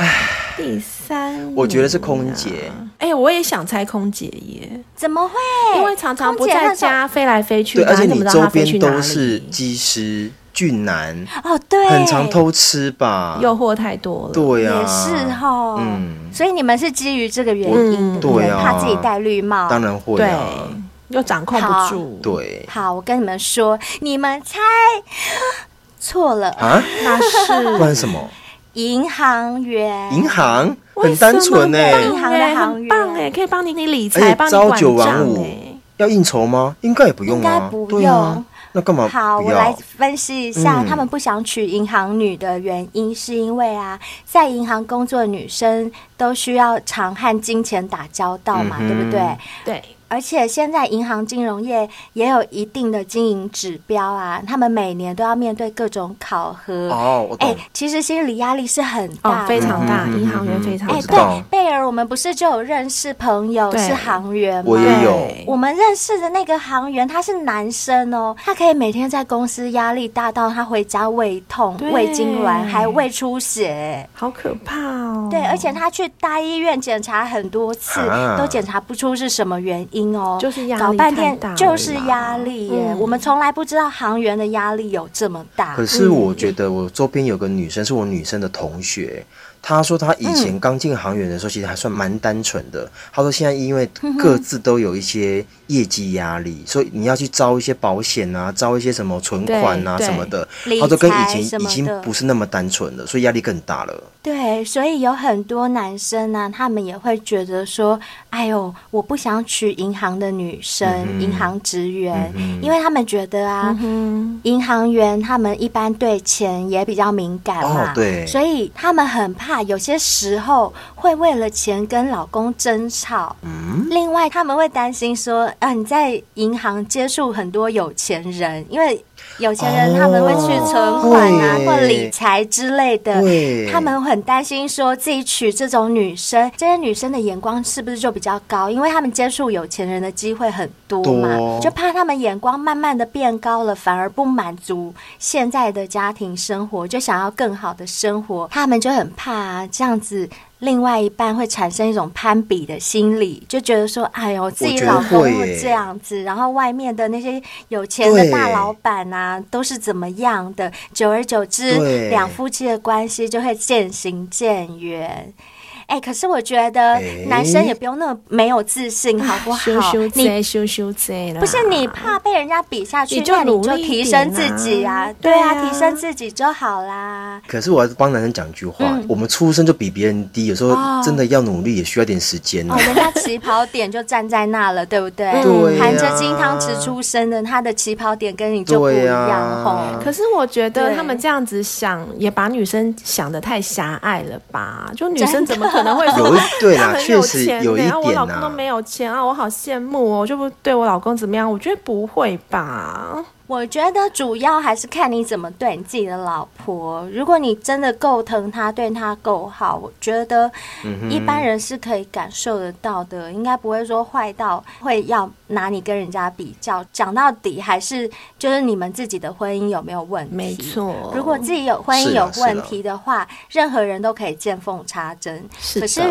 Speaker 2: 第三名啊，
Speaker 4: 我觉得是空姐
Speaker 2: 哎、我也想猜空姐耶，
Speaker 3: 怎么会？
Speaker 2: 因为常常不
Speaker 3: 哎空姐那
Speaker 2: 在
Speaker 3: 时候
Speaker 2: 家飞来飞去
Speaker 4: 对，
Speaker 2: 的啊，
Speaker 4: 而且
Speaker 2: 怎
Speaker 4: 你
Speaker 2: 么知道
Speaker 4: 周
Speaker 2: 她飞去
Speaker 4: 边
Speaker 2: 哪
Speaker 4: 都是
Speaker 2: 里？
Speaker 4: 机师、俊男，
Speaker 3: 哦，对，
Speaker 4: 很常偷吃
Speaker 3: 嗯
Speaker 4: 吧？
Speaker 2: 诱惑太多了。
Speaker 4: 对呀、
Speaker 3: 也是哈。
Speaker 4: 嗯
Speaker 3: 所以你们是基于这个原因，
Speaker 2: 嗯
Speaker 3: 对不对
Speaker 4: 对啊
Speaker 3: 怕自己戴绿帽。
Speaker 4: 当然会
Speaker 2: 对
Speaker 4: 啊。
Speaker 2: 又掌控不住。，
Speaker 4: 对
Speaker 3: 好，我跟你们说，你们猜错了，
Speaker 4: 啊，
Speaker 2: 那
Speaker 4: 不
Speaker 2: 是
Speaker 4: 然什么？
Speaker 3: 银行员。
Speaker 4: 银行很单纯欸呢、
Speaker 2: 为什么
Speaker 3: 银行的
Speaker 2: 哎
Speaker 3: 行
Speaker 2: 很
Speaker 3: 员
Speaker 2: 棒哎，可以帮你你理
Speaker 4: 而且
Speaker 2: 财，帮你
Speaker 4: 朝
Speaker 2: 管
Speaker 4: 九晚
Speaker 2: 账
Speaker 4: 五
Speaker 2: 哎。
Speaker 4: 要应酬吗？应该也不用啊，
Speaker 3: 欸应该不
Speaker 4: 对啊
Speaker 3: 用，
Speaker 4: 那干嘛
Speaker 3: 好，
Speaker 4: 不
Speaker 3: 我
Speaker 4: 要？
Speaker 3: 来分析一下，
Speaker 4: 嗯
Speaker 3: 他们不想娶银行女的原因，是因为啊，在银行工作的女生都需要常和金钱打交道嘛，
Speaker 4: 嗯哼
Speaker 3: 对不对？
Speaker 2: 对，
Speaker 3: 而且现在银行金融业也有一定的经营指标啊，他们每年都要面对各种考核。
Speaker 4: 哦，我
Speaker 3: 哎、
Speaker 4: 懂。
Speaker 3: 其实心理压力是很大
Speaker 2: 哦
Speaker 3: 的，，
Speaker 2: 非常大，
Speaker 4: 嗯嗯嗯
Speaker 2: 银行员非常
Speaker 4: 嗯嗯
Speaker 3: 哎、
Speaker 4: 我知
Speaker 2: 大。
Speaker 4: 道
Speaker 3: 对，贝尔，我们不是就有认识朋友
Speaker 2: 对
Speaker 3: 是行员吗？
Speaker 4: 我也有
Speaker 2: 对
Speaker 3: 我们认识的那个航员，他是男生哦，他可以每天在公司压力大到他回家胃痛、
Speaker 2: 对
Speaker 3: 胃痉挛，还胃出血。
Speaker 2: 好可怕哦。
Speaker 3: 对，而且他去大医院检查很多次，
Speaker 4: 啊
Speaker 3: 都检查不出是什么原因哦，
Speaker 2: 就是压力
Speaker 3: 搞半
Speaker 2: 太
Speaker 3: 天
Speaker 2: 大了啦
Speaker 3: 就是压力耶。
Speaker 2: 嗯
Speaker 3: 我们从来不知道航员的压力有这么大。
Speaker 4: 可是我觉得我周边有个女生是我女生的同学，她说她以
Speaker 3: 嗯
Speaker 4: 前刚进航员的时候，其实还算蛮单纯的。她说现在因为
Speaker 3: 嗯
Speaker 4: 各自都有一些业绩压力，所以你要去招一些保险啊，招一些什么存款啊
Speaker 2: 对
Speaker 4: 什么的
Speaker 3: 理，
Speaker 4: 她说跟以
Speaker 3: 财
Speaker 4: 前
Speaker 3: 什
Speaker 4: 已
Speaker 3: 么
Speaker 4: 经
Speaker 3: 的
Speaker 4: 不是那么单纯了，所以压力更大了。
Speaker 3: 对，所以有很多男生呢、他们也会觉得说：“哎呦，我不想娶银行的女生，
Speaker 4: 嗯哼
Speaker 3: 银行职员，
Speaker 4: 嗯哼
Speaker 3: 因为他们觉得啊。
Speaker 2: 嗯，
Speaker 3: 银行员他们一般对钱也比较敏感嘛，
Speaker 4: 哦对
Speaker 3: 所以他们很怕爸有些时候会为了钱跟老公争吵。
Speaker 4: 嗯
Speaker 3: 另外，他们会担心说，啊，你在银行接触很多有钱人，因为有钱人
Speaker 4: 哦
Speaker 3: 他们会去存款啊、
Speaker 4: 会
Speaker 3: 或理财之类的
Speaker 4: 会，
Speaker 3: 他们很担心说自己娶这种女生，这些女生的眼光是不是就比较高？因为他们接触有钱人的机会很多嘛，
Speaker 4: 多
Speaker 3: 就怕他们眼光慢慢的变高了，反而不满足现在的家庭生活，就想要更好的生活，他们就很怕、啊、这样子。另外一半会产生一种攀比的心理，就觉得说：“哎呦，自己
Speaker 4: 我觉得
Speaker 3: 老公
Speaker 4: 会
Speaker 3: 会
Speaker 4: 耶
Speaker 3: 这样子，然后外面的那些有钱的
Speaker 4: 对
Speaker 3: 大老板啊，都是怎么样的？”久而久之，
Speaker 4: 对
Speaker 3: 两夫妻的关系就会渐行渐远。哎、可是我觉得
Speaker 4: 哎
Speaker 3: 男生也不用那么没有自信，好不
Speaker 2: 啊羞
Speaker 3: 好？
Speaker 2: 羞
Speaker 3: 你
Speaker 2: 贼，羞羞贼了。
Speaker 3: 不是你怕被人家比下去，
Speaker 2: 你就
Speaker 3: 那你
Speaker 2: 努
Speaker 3: 就
Speaker 2: 力一
Speaker 3: 提
Speaker 2: 点
Speaker 3: 升自
Speaker 2: 啊
Speaker 3: 己啊，
Speaker 2: 对
Speaker 3: 对啊，
Speaker 2: 啊
Speaker 3: 提升自己就好啦。
Speaker 4: 可是我要帮男生讲一句话，
Speaker 2: 嗯
Speaker 4: 我们出生就比别人低，有时候
Speaker 3: 哦
Speaker 4: 真的要努力，也需要点时间啊呢、
Speaker 3: 哦，人家起跑点就站在那了，对不对？
Speaker 2: 啊
Speaker 4: 对
Speaker 3: 含
Speaker 4: 呀
Speaker 3: 着金汤匙出生的，他的起跑点跟你就不一
Speaker 4: 对
Speaker 3: 样
Speaker 2: 啊
Speaker 4: 呀
Speaker 3: 吼。
Speaker 2: 可是我觉得
Speaker 3: 对
Speaker 2: 他们这样子想，也把女生想的太狭隘了吧？就女生怎么可能会说
Speaker 4: [laughs]
Speaker 2: [laughs]
Speaker 4: 有一对
Speaker 2: 哦他
Speaker 4: 啦，
Speaker 2: 很
Speaker 4: 确
Speaker 2: 有
Speaker 4: 实
Speaker 2: 钱
Speaker 4: 有一
Speaker 2: 然后我
Speaker 4: 点啊
Speaker 2: 老
Speaker 4: 呐、
Speaker 2: 公都没有钱啊，我好羡慕哦，我就不对我老公怎么样？我觉得不会吧？
Speaker 3: 我觉得主要还是看你怎么对你自己的老婆。如果你真的够疼她，对她够好，我觉得
Speaker 2: 嗯
Speaker 3: 一般人是可以感受得到的，应该不会说坏到会要拿你跟人家比较。讲到底还是就是你们自己的婚姻有没有问题？
Speaker 2: 没。错，啊
Speaker 3: 如果自己有婚姻
Speaker 4: 是
Speaker 3: 有
Speaker 4: 啦是啦
Speaker 3: 问题的话，任何人都可以见缝插针。
Speaker 2: 是
Speaker 3: 可
Speaker 2: 的
Speaker 3: 是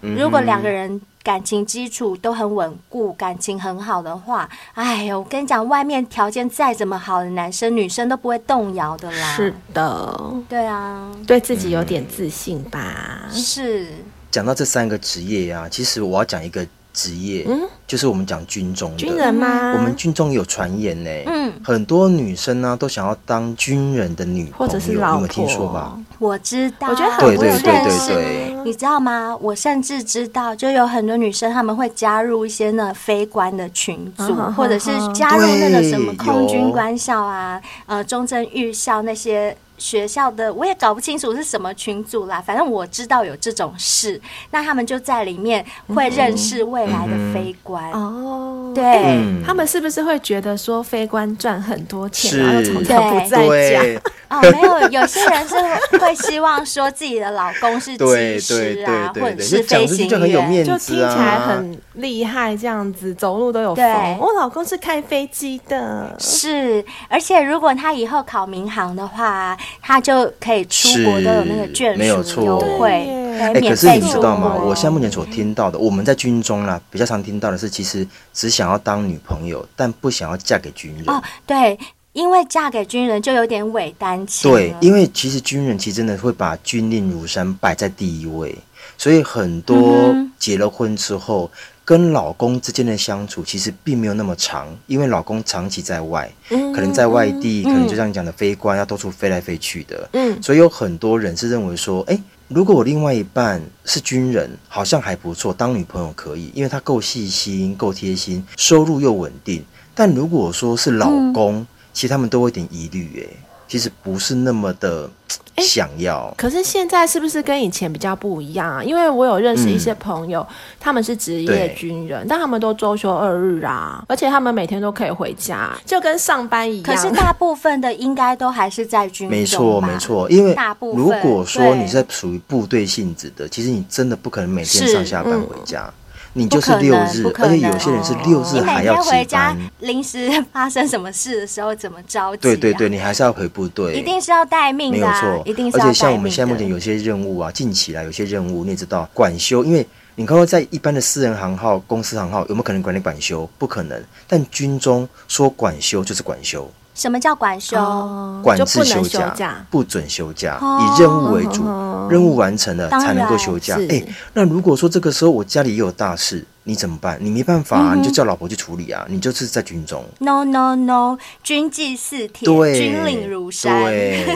Speaker 4: 嗯
Speaker 3: 如果两个人感情基础都很稳固，感情很好的话，哎呦，我跟你讲，外面条件再怎么好的男生女生都不会动摇的啦。
Speaker 2: 是，的，
Speaker 3: 对啊，
Speaker 2: 对自己有点自信吧？
Speaker 3: 是
Speaker 4: 讲到这三个职业啊，其实我要讲一个职业，就是我们讲军中的
Speaker 2: 嗯军人啊吗？
Speaker 4: 我们军中有传言呢、
Speaker 3: 嗯
Speaker 4: 很多女生呢、都想要当军人的女
Speaker 2: 或
Speaker 4: 朋友，
Speaker 2: 者是
Speaker 4: 你
Speaker 2: 老
Speaker 4: 有
Speaker 2: 婆，
Speaker 4: 听说吧？
Speaker 3: 我知道，
Speaker 2: 我觉得很
Speaker 4: 对
Speaker 2: 不
Speaker 4: 对
Speaker 2: 认
Speaker 4: 对对
Speaker 2: 识
Speaker 4: 对
Speaker 2: 啊
Speaker 3: 你知道吗？我甚至知道，就有很多女生她们会加入一些那非官的群组，
Speaker 2: 嗯哼
Speaker 3: 或者是加入那个什么
Speaker 4: 对
Speaker 3: 空军
Speaker 4: 有
Speaker 3: 官校啊、呃中正预校那些学校的，我也搞不清楚是什么群组啦。反正我知道有这种事，那他们就在里面会认识未来的非官。
Speaker 2: 哦，
Speaker 3: 对
Speaker 2: 哎
Speaker 4: 嗯
Speaker 2: 他们是不是会觉得说非官赚很多钱，
Speaker 4: 是
Speaker 2: 然后从此不再讲？
Speaker 4: 对
Speaker 3: 哦，没有，有些人是会希望说自己的老公是
Speaker 2: [laughs]
Speaker 3: 技
Speaker 4: 对对
Speaker 3: 师啊 [laughs]
Speaker 4: 对，
Speaker 3: 或
Speaker 4: 对
Speaker 3: 者
Speaker 4: 对，
Speaker 3: 是
Speaker 4: 就讲
Speaker 3: 飞
Speaker 4: 出去
Speaker 3: 行
Speaker 4: 就很有
Speaker 3: 员。
Speaker 4: 面
Speaker 2: 就听
Speaker 4: 子
Speaker 2: 起来
Speaker 4: 啊。
Speaker 2: 很厉害，这样子走路都有
Speaker 3: 对
Speaker 2: 风。我老公是开飞机的，
Speaker 3: 是，而且如果他以后考民航的话，他就可以出国都有那个
Speaker 4: 是
Speaker 3: 券
Speaker 4: 没有
Speaker 3: 数优
Speaker 4: 错哎
Speaker 3: 惠，
Speaker 2: 对耶
Speaker 3: 可以
Speaker 4: 可
Speaker 3: 哎免
Speaker 4: 是
Speaker 3: 费
Speaker 4: 你知
Speaker 3: 出
Speaker 4: 道吗？
Speaker 3: 国。
Speaker 4: 我现在目前所听到的，我们在军中啦，比较常听到的是，其实只想要当女朋友，但不想要嫁给军人。
Speaker 3: 哦，对，因为嫁给军人就有点伪单亲了。
Speaker 4: 对，因为其实军人其实真的会把军令如山摆在第一位，所以很多
Speaker 3: 嗯哼
Speaker 4: 结了婚之后。跟老公之间的相处其实并没有那么长，因为老公长期在外，
Speaker 2: 嗯
Speaker 4: 可能在外地，可能就像你讲的飞官，要到处飞来飞去的。
Speaker 2: 嗯，
Speaker 4: 所以有很多人是认为说，哎、如果我另外一半是军人，好像还不错，当女朋友可以，因为他够细心、够贴心，收入又稳定。但如果说是老公，
Speaker 2: 嗯
Speaker 4: 其实他们都有点疑虑，哎，其实不是那么的
Speaker 2: 诶
Speaker 4: 想要。
Speaker 2: 可是现在是不是跟以前比较不一样啊？因为我有认识一些朋友，他们是职业
Speaker 4: 嗯对
Speaker 2: 军人，但他们都周休二日啊，而且他们每天都可以回家，就跟上班一样。
Speaker 3: 可是大部分的应该都还是在军
Speaker 4: 没
Speaker 3: 中
Speaker 4: 错，
Speaker 3: 吧
Speaker 4: 没。错，因为
Speaker 3: 大部分
Speaker 4: 如果说
Speaker 3: 对
Speaker 4: 你是属于部队性质的，其实你真的不可能每天上
Speaker 3: 是
Speaker 4: 下班
Speaker 2: 嗯
Speaker 4: 回家，你就是
Speaker 3: 不可
Speaker 4: 六
Speaker 3: 能
Speaker 4: 日
Speaker 3: 不，可
Speaker 4: 而且
Speaker 3: 能哦
Speaker 4: 有些人是六
Speaker 3: 你
Speaker 4: 日
Speaker 3: 每
Speaker 4: 还
Speaker 3: 天
Speaker 4: 要值
Speaker 3: 回家
Speaker 4: 班。
Speaker 3: 临时发生什么事的时候怎么着急、啊？
Speaker 4: 对对对，，你还是要回部队，
Speaker 3: 一定是要待命
Speaker 4: 没
Speaker 3: 的、
Speaker 4: 有
Speaker 3: 啊
Speaker 4: 错，，
Speaker 3: 一定是
Speaker 4: 而
Speaker 3: 要
Speaker 4: 且像
Speaker 3: 待
Speaker 4: 我们
Speaker 3: 命
Speaker 4: 现在目
Speaker 3: 的
Speaker 4: 前有些任务啊，近期来有些任务，你也知道管修，因为你看到在一般的私人行号、公司行号，有没有可能管理管修？不可能。但军中说管修就是管修，
Speaker 3: 什么叫管休？
Speaker 2: 哦，
Speaker 4: 管
Speaker 2: 就不
Speaker 4: 制
Speaker 2: 能
Speaker 4: 假，
Speaker 2: 假。
Speaker 4: 不准休假，
Speaker 3: 哦
Speaker 4: 以任务为主
Speaker 2: 哦，
Speaker 4: 任务完成了
Speaker 3: 当然
Speaker 4: 才能够休假
Speaker 2: 是。
Speaker 4: 哎，那如果说这个时候我家里也有大事，你怎么办？你没办法
Speaker 2: 嗯
Speaker 4: 啊，你就叫老婆去处理啊，你就是在军中。
Speaker 3: No no no，军纪似铁，
Speaker 4: 对，
Speaker 3: 军令如山。
Speaker 2: [laughs]
Speaker 4: 对，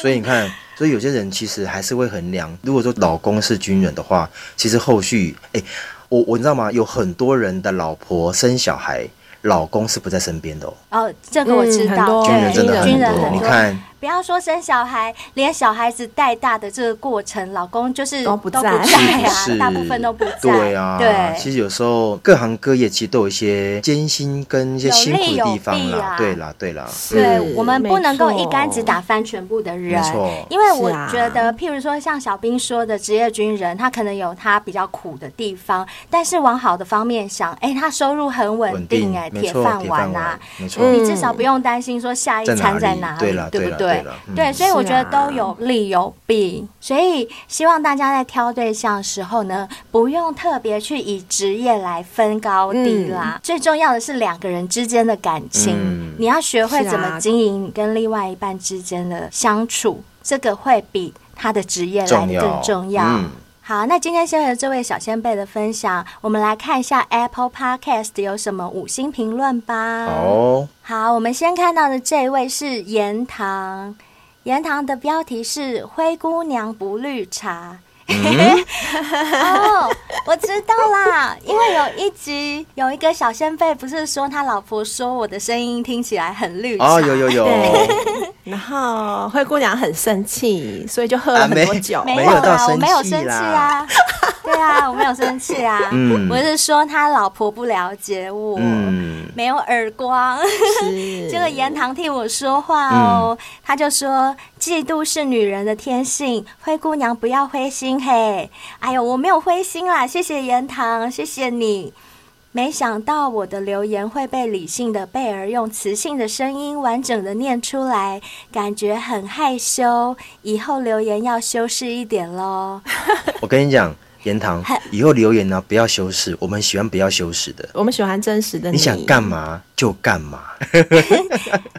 Speaker 4: 所以你看，所以有些人其实还是会衡量，如果说老公是军人的话，其实后续，哎、我我你知道吗？有很多人的老婆生小孩，老公是不在身边的哦。
Speaker 3: 哦，这个我知
Speaker 2: 嗯很
Speaker 3: 道，
Speaker 2: 多
Speaker 4: 军人
Speaker 3: 对，
Speaker 4: 真的
Speaker 2: 军
Speaker 4: 很
Speaker 3: 军人
Speaker 2: 很
Speaker 4: 你看，
Speaker 3: 不要说生小孩，连小孩子带大的这个过程，老公就是
Speaker 2: 都不
Speaker 3: 不
Speaker 2: 在
Speaker 3: 啊
Speaker 4: 是，
Speaker 3: 大部分都不在。
Speaker 4: 对啊，
Speaker 3: 对
Speaker 4: 其实有时候各行各业其实都有一些艰辛跟一些辛苦的地方
Speaker 3: 有利有弊
Speaker 4: 啦，
Speaker 3: 啊
Speaker 4: 对啦，对啦，嗯
Speaker 3: 对
Speaker 2: 是
Speaker 3: 我们不能够一竿子。
Speaker 2: 没
Speaker 3: 打翻全部的人
Speaker 4: 没错，
Speaker 3: 因为我
Speaker 2: 是啊
Speaker 3: 觉得，譬如说像小兵说的，职业军人他可能有他比较苦的地方，但是往好的方面想，哎，他收入很稳
Speaker 4: 稳
Speaker 3: 定，
Speaker 4: 定，
Speaker 3: 哎，
Speaker 4: 没
Speaker 3: 铁
Speaker 4: 错，
Speaker 3: 饭
Speaker 4: 铁
Speaker 3: 碗
Speaker 4: 饭
Speaker 3: 啊
Speaker 4: 碗。，没错，
Speaker 2: 嗯
Speaker 3: 你至少不用担心说下一餐在哪
Speaker 4: 在
Speaker 3: 里，
Speaker 4: 哪里对啦
Speaker 3: 不
Speaker 4: 对
Speaker 3: 对
Speaker 4: 啦？对啦
Speaker 3: 对，
Speaker 4: 嗯
Speaker 3: 所以我觉得
Speaker 2: 是啊
Speaker 3: 都有利有弊，所以希望大家在挑对象的时候呢，不用特别去以职业来分高低
Speaker 2: 嗯
Speaker 3: 啦。最重要的是两个人之间的感情，
Speaker 4: 嗯
Speaker 3: 你要学会
Speaker 2: 是啊
Speaker 3: 怎么经营你跟另外一半之间的相处，这个会比他的职业来
Speaker 4: 重
Speaker 3: 的
Speaker 4: 要，
Speaker 3: 更重要。
Speaker 4: 嗯，
Speaker 3: 好，那今天谢谢这位小先辈的分享，我们来看一下 Apple Podcast 有什么五星评论吧。
Speaker 4: 好哦，
Speaker 3: 好，我们先看到的这一位是盐糖，盐糖的标题是“灰姑娘不绿茶”。
Speaker 4: 嗯
Speaker 3: [laughs] 哦，我知道啦，因为有一集有一个小先辈不是说他老婆说我的声音听起来很绿茶，
Speaker 4: 啊，有有有，
Speaker 2: 错然后灰姑娘很生气，所以就喝了
Speaker 4: 啊
Speaker 2: 很
Speaker 4: 没
Speaker 2: 多酒。
Speaker 3: 没
Speaker 4: 没
Speaker 3: 有
Speaker 4: 有到
Speaker 3: 啦，我
Speaker 4: 生
Speaker 3: 没有
Speaker 4: 气
Speaker 3: 生气
Speaker 4: 啦
Speaker 3: 啊，对啊，我没有生气啊，
Speaker 4: 嗯
Speaker 3: 我是说他老婆不了解我，
Speaker 4: 嗯，
Speaker 3: 没有耳光。
Speaker 2: 是
Speaker 3: 这个言堂替我说话哦，他就说嫉妒是女人的天性，灰姑娘不要灰心嘿。哎呦，我没有灰心啦，谢谢言堂，谢谢你。没想到我的留言会被理性的贝儿用磁性的声音完整的念出来，感觉很害羞。以后留言要修饰一点喽。
Speaker 4: 我跟你讲，言堂以后留言呢、不要修饰，我们喜欢不要修饰的，
Speaker 2: 我们喜欢真实的
Speaker 4: 你想干嘛就干嘛。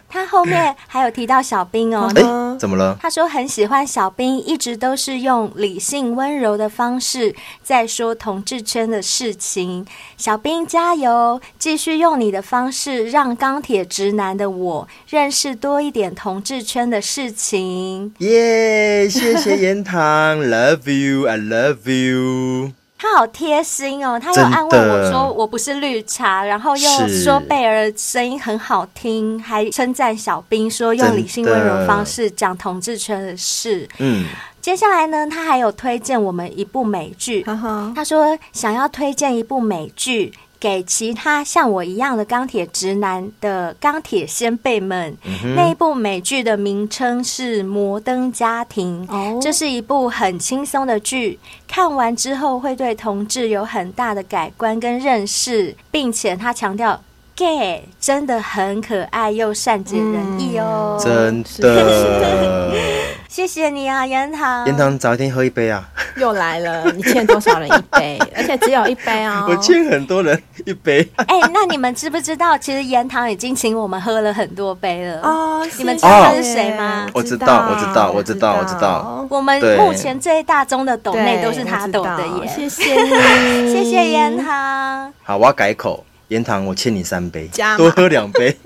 Speaker 3: 他后面还有提到小兵哦，
Speaker 4: 哎、
Speaker 2: 嗯
Speaker 4: 怎么了？
Speaker 3: 他说很喜欢小兵，一直都是用理性温柔的方式在说同志圈的事情。小兵加油，继续用你的方式让钢铁直男的我认识多一点同志圈的事情。
Speaker 4: 耶、谢谢言堂 [laughs] ，Love you，I love you。
Speaker 3: 他好贴心哦，他又
Speaker 4: 真的
Speaker 3: 安慰我说我不是绿茶，然后又
Speaker 4: 是
Speaker 3: 说贝儿声音很好听，还称赞小兵说用理性温柔方式讲同志圈的事。
Speaker 4: 嗯，
Speaker 3: 接下来呢，他还有推荐我们一部美剧，
Speaker 4: 啊
Speaker 2: 哈哈，
Speaker 3: 他说想要推荐一部美剧给其他像我一样的钢铁直男的钢铁先辈们。
Speaker 2: 嗯
Speaker 3: 那一部美剧的名称是《摩登家庭》，
Speaker 2: 哦
Speaker 3: 这是一部很轻松的剧，看完之后会对同志有很大的改观跟认识，并且他强调。gay 真的很可爱又善解人意哦，
Speaker 4: 真
Speaker 2: 是
Speaker 4: 的。
Speaker 3: [laughs] 谢谢你啊，元堂。
Speaker 4: 言堂早一天喝一杯啊，
Speaker 2: 又来了，你欠多少人一
Speaker 3: [laughs]
Speaker 2: 杯？而且只有一杯哦。
Speaker 4: 我欠很多人一杯。
Speaker 3: 哎、那你们知不知道，其实盐糖已经请我们喝了很多杯了。
Speaker 2: [laughs] 哦，
Speaker 3: 你们
Speaker 2: 谢
Speaker 3: 知道他是谁吗
Speaker 2: 谢
Speaker 4: 我知道我知道我知道我知道
Speaker 3: 我们
Speaker 4: 对
Speaker 3: 目前最大宗的抖
Speaker 2: 对
Speaker 3: 内都是他抖的
Speaker 2: 我知道
Speaker 3: 耶，
Speaker 2: 谢谢你，
Speaker 3: 谢谢盐糖。
Speaker 4: 好，我要改口，言堂我欠你三杯
Speaker 2: 加，码
Speaker 4: 多喝两
Speaker 3: [laughs]
Speaker 4: 杯。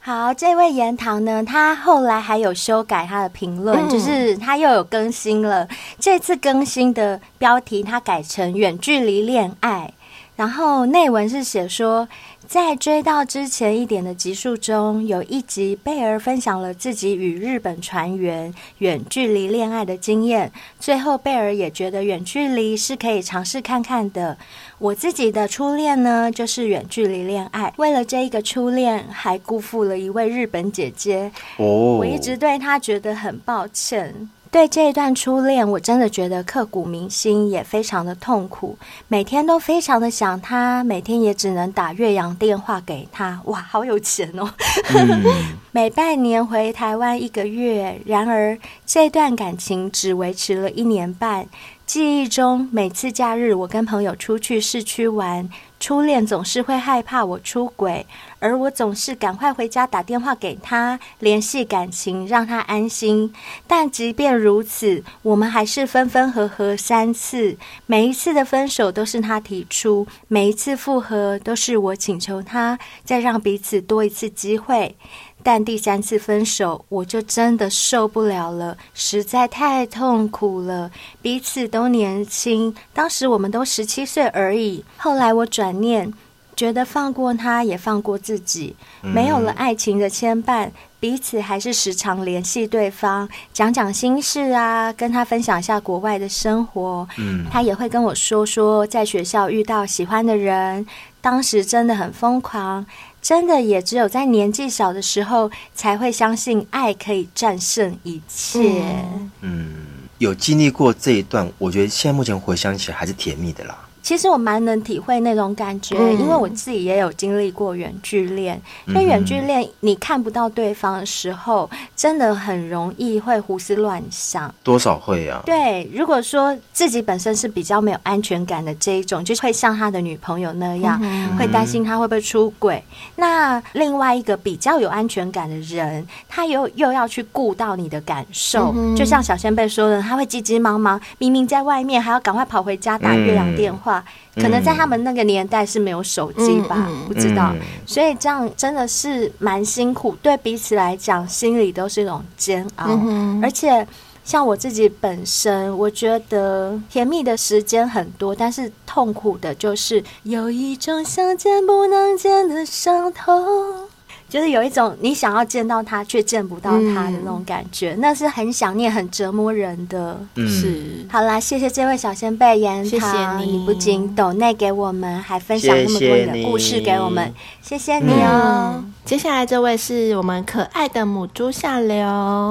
Speaker 3: 好，这位盐糖呢，他后来还有修改他的评论，
Speaker 2: 嗯
Speaker 3: 就是他又有更新了。这次更新的标题他改成“远距离恋爱”，然后内文是写说。在追到之前一点的集数中，有一集贝儿分享了自己与日本船员远距离恋爱的经验。最后，贝儿也觉得远距离是可以尝试看看的。我自己的初恋呢，就是远距离恋爱。为了这一个初恋，还辜负了一位日本姐姐。
Speaker 4: 哦，
Speaker 3: 我一直对她觉得很抱歉。对这一段初恋，我真的觉得刻骨铭心，也非常的痛苦。每天都非常的想她，每天也只能打岳阳电话给她。哇，好有钱哦！
Speaker 4: 嗯
Speaker 3: 每半年回台湾一个月，然而这段感情只维持了一年半。记忆中，每次假日我跟朋友出去市区玩，初恋总是会害怕我出轨，而我总是赶快回家打电话给他联系感情，让他安心。但即便如此，我们还是分分合合三次，每一次的分手都是他提出，每一次复合都是我请求他再让彼此多一次机会。但第三次分手，我就真的受不了了，实在太痛苦了。彼此都年轻，当时我们都十七岁而已。后来我转念，觉得放过他也放过自己，没有了爱情的牵绊，彼此还是时常联系对方，讲讲心事啊，跟他分享一下国外的生活。
Speaker 4: 嗯
Speaker 3: 他也会跟我说说在学校遇到喜欢的人，当时真的很疯狂，真的也只有在年纪小的时候才会相信爱可以战胜一切。
Speaker 2: 嗯
Speaker 4: 有经历过这一段，我觉得现在目前回想起来还是甜蜜的啦。
Speaker 3: 其实我蛮能体会那种感觉，
Speaker 2: 嗯
Speaker 3: 因为我自己也有经历过远距恋。因为远距恋，你看不到对方的时候，真的很容易会胡思乱想。
Speaker 4: 多少会啊，
Speaker 3: 对，如果说自己本身是比较没有安全感的这一种，就会像他的女朋友那样，
Speaker 2: 嗯
Speaker 3: 会担心他会不会出轨。那另外一个比较有安全感的人，他又又要去顾到你的感受，
Speaker 2: 嗯哼
Speaker 3: 就像小仙贝说的，他会急急忙忙，明明在外面还要赶快跑回家打
Speaker 4: 嗯
Speaker 3: 岳阳电话。可能在他们那个年代是没有手机吧，
Speaker 2: 嗯嗯
Speaker 3: 不知道，
Speaker 4: 嗯
Speaker 3: 所以这样真的是蛮辛苦，对彼此来讲，心里都是一种煎熬。
Speaker 2: 哼
Speaker 3: 而且像我自己本身，我觉得甜蜜的时间很多，但是痛苦的就是有一种想见不能见的伤痛。就是有一种你想要见到他却见不到他的那种感觉，那是很想念、很折磨人的。
Speaker 4: 嗯，
Speaker 2: 是
Speaker 3: 好啦，谢谢这位小先辈言
Speaker 2: 谢谢
Speaker 3: 堂，
Speaker 2: 你
Speaker 3: 不仅抖内给我们，还分享那么多你
Speaker 4: 谢谢
Speaker 3: 的
Speaker 4: 你
Speaker 3: 故事给我们，谢谢你哦。
Speaker 2: 嗯接下来这位是我们可爱的母猪下流。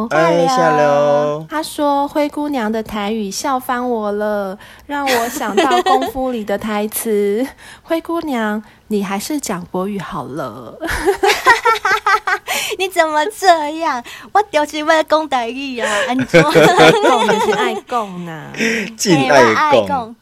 Speaker 4: 哎，下流，
Speaker 2: 他说：“灰姑娘的台语笑翻我了，让我想到功夫里的台词。 [laughs] 灰姑娘，你还是讲国语好 [laughs] 了。
Speaker 3: 你怎么这样？我就是为了讲台语啊，安
Speaker 2: [laughs]
Speaker 3: 怎？
Speaker 2: 共也是爱共呐、
Speaker 4: 敬
Speaker 3: 我
Speaker 4: 爱
Speaker 3: 哎爱
Speaker 4: 共，
Speaker 3: 讲，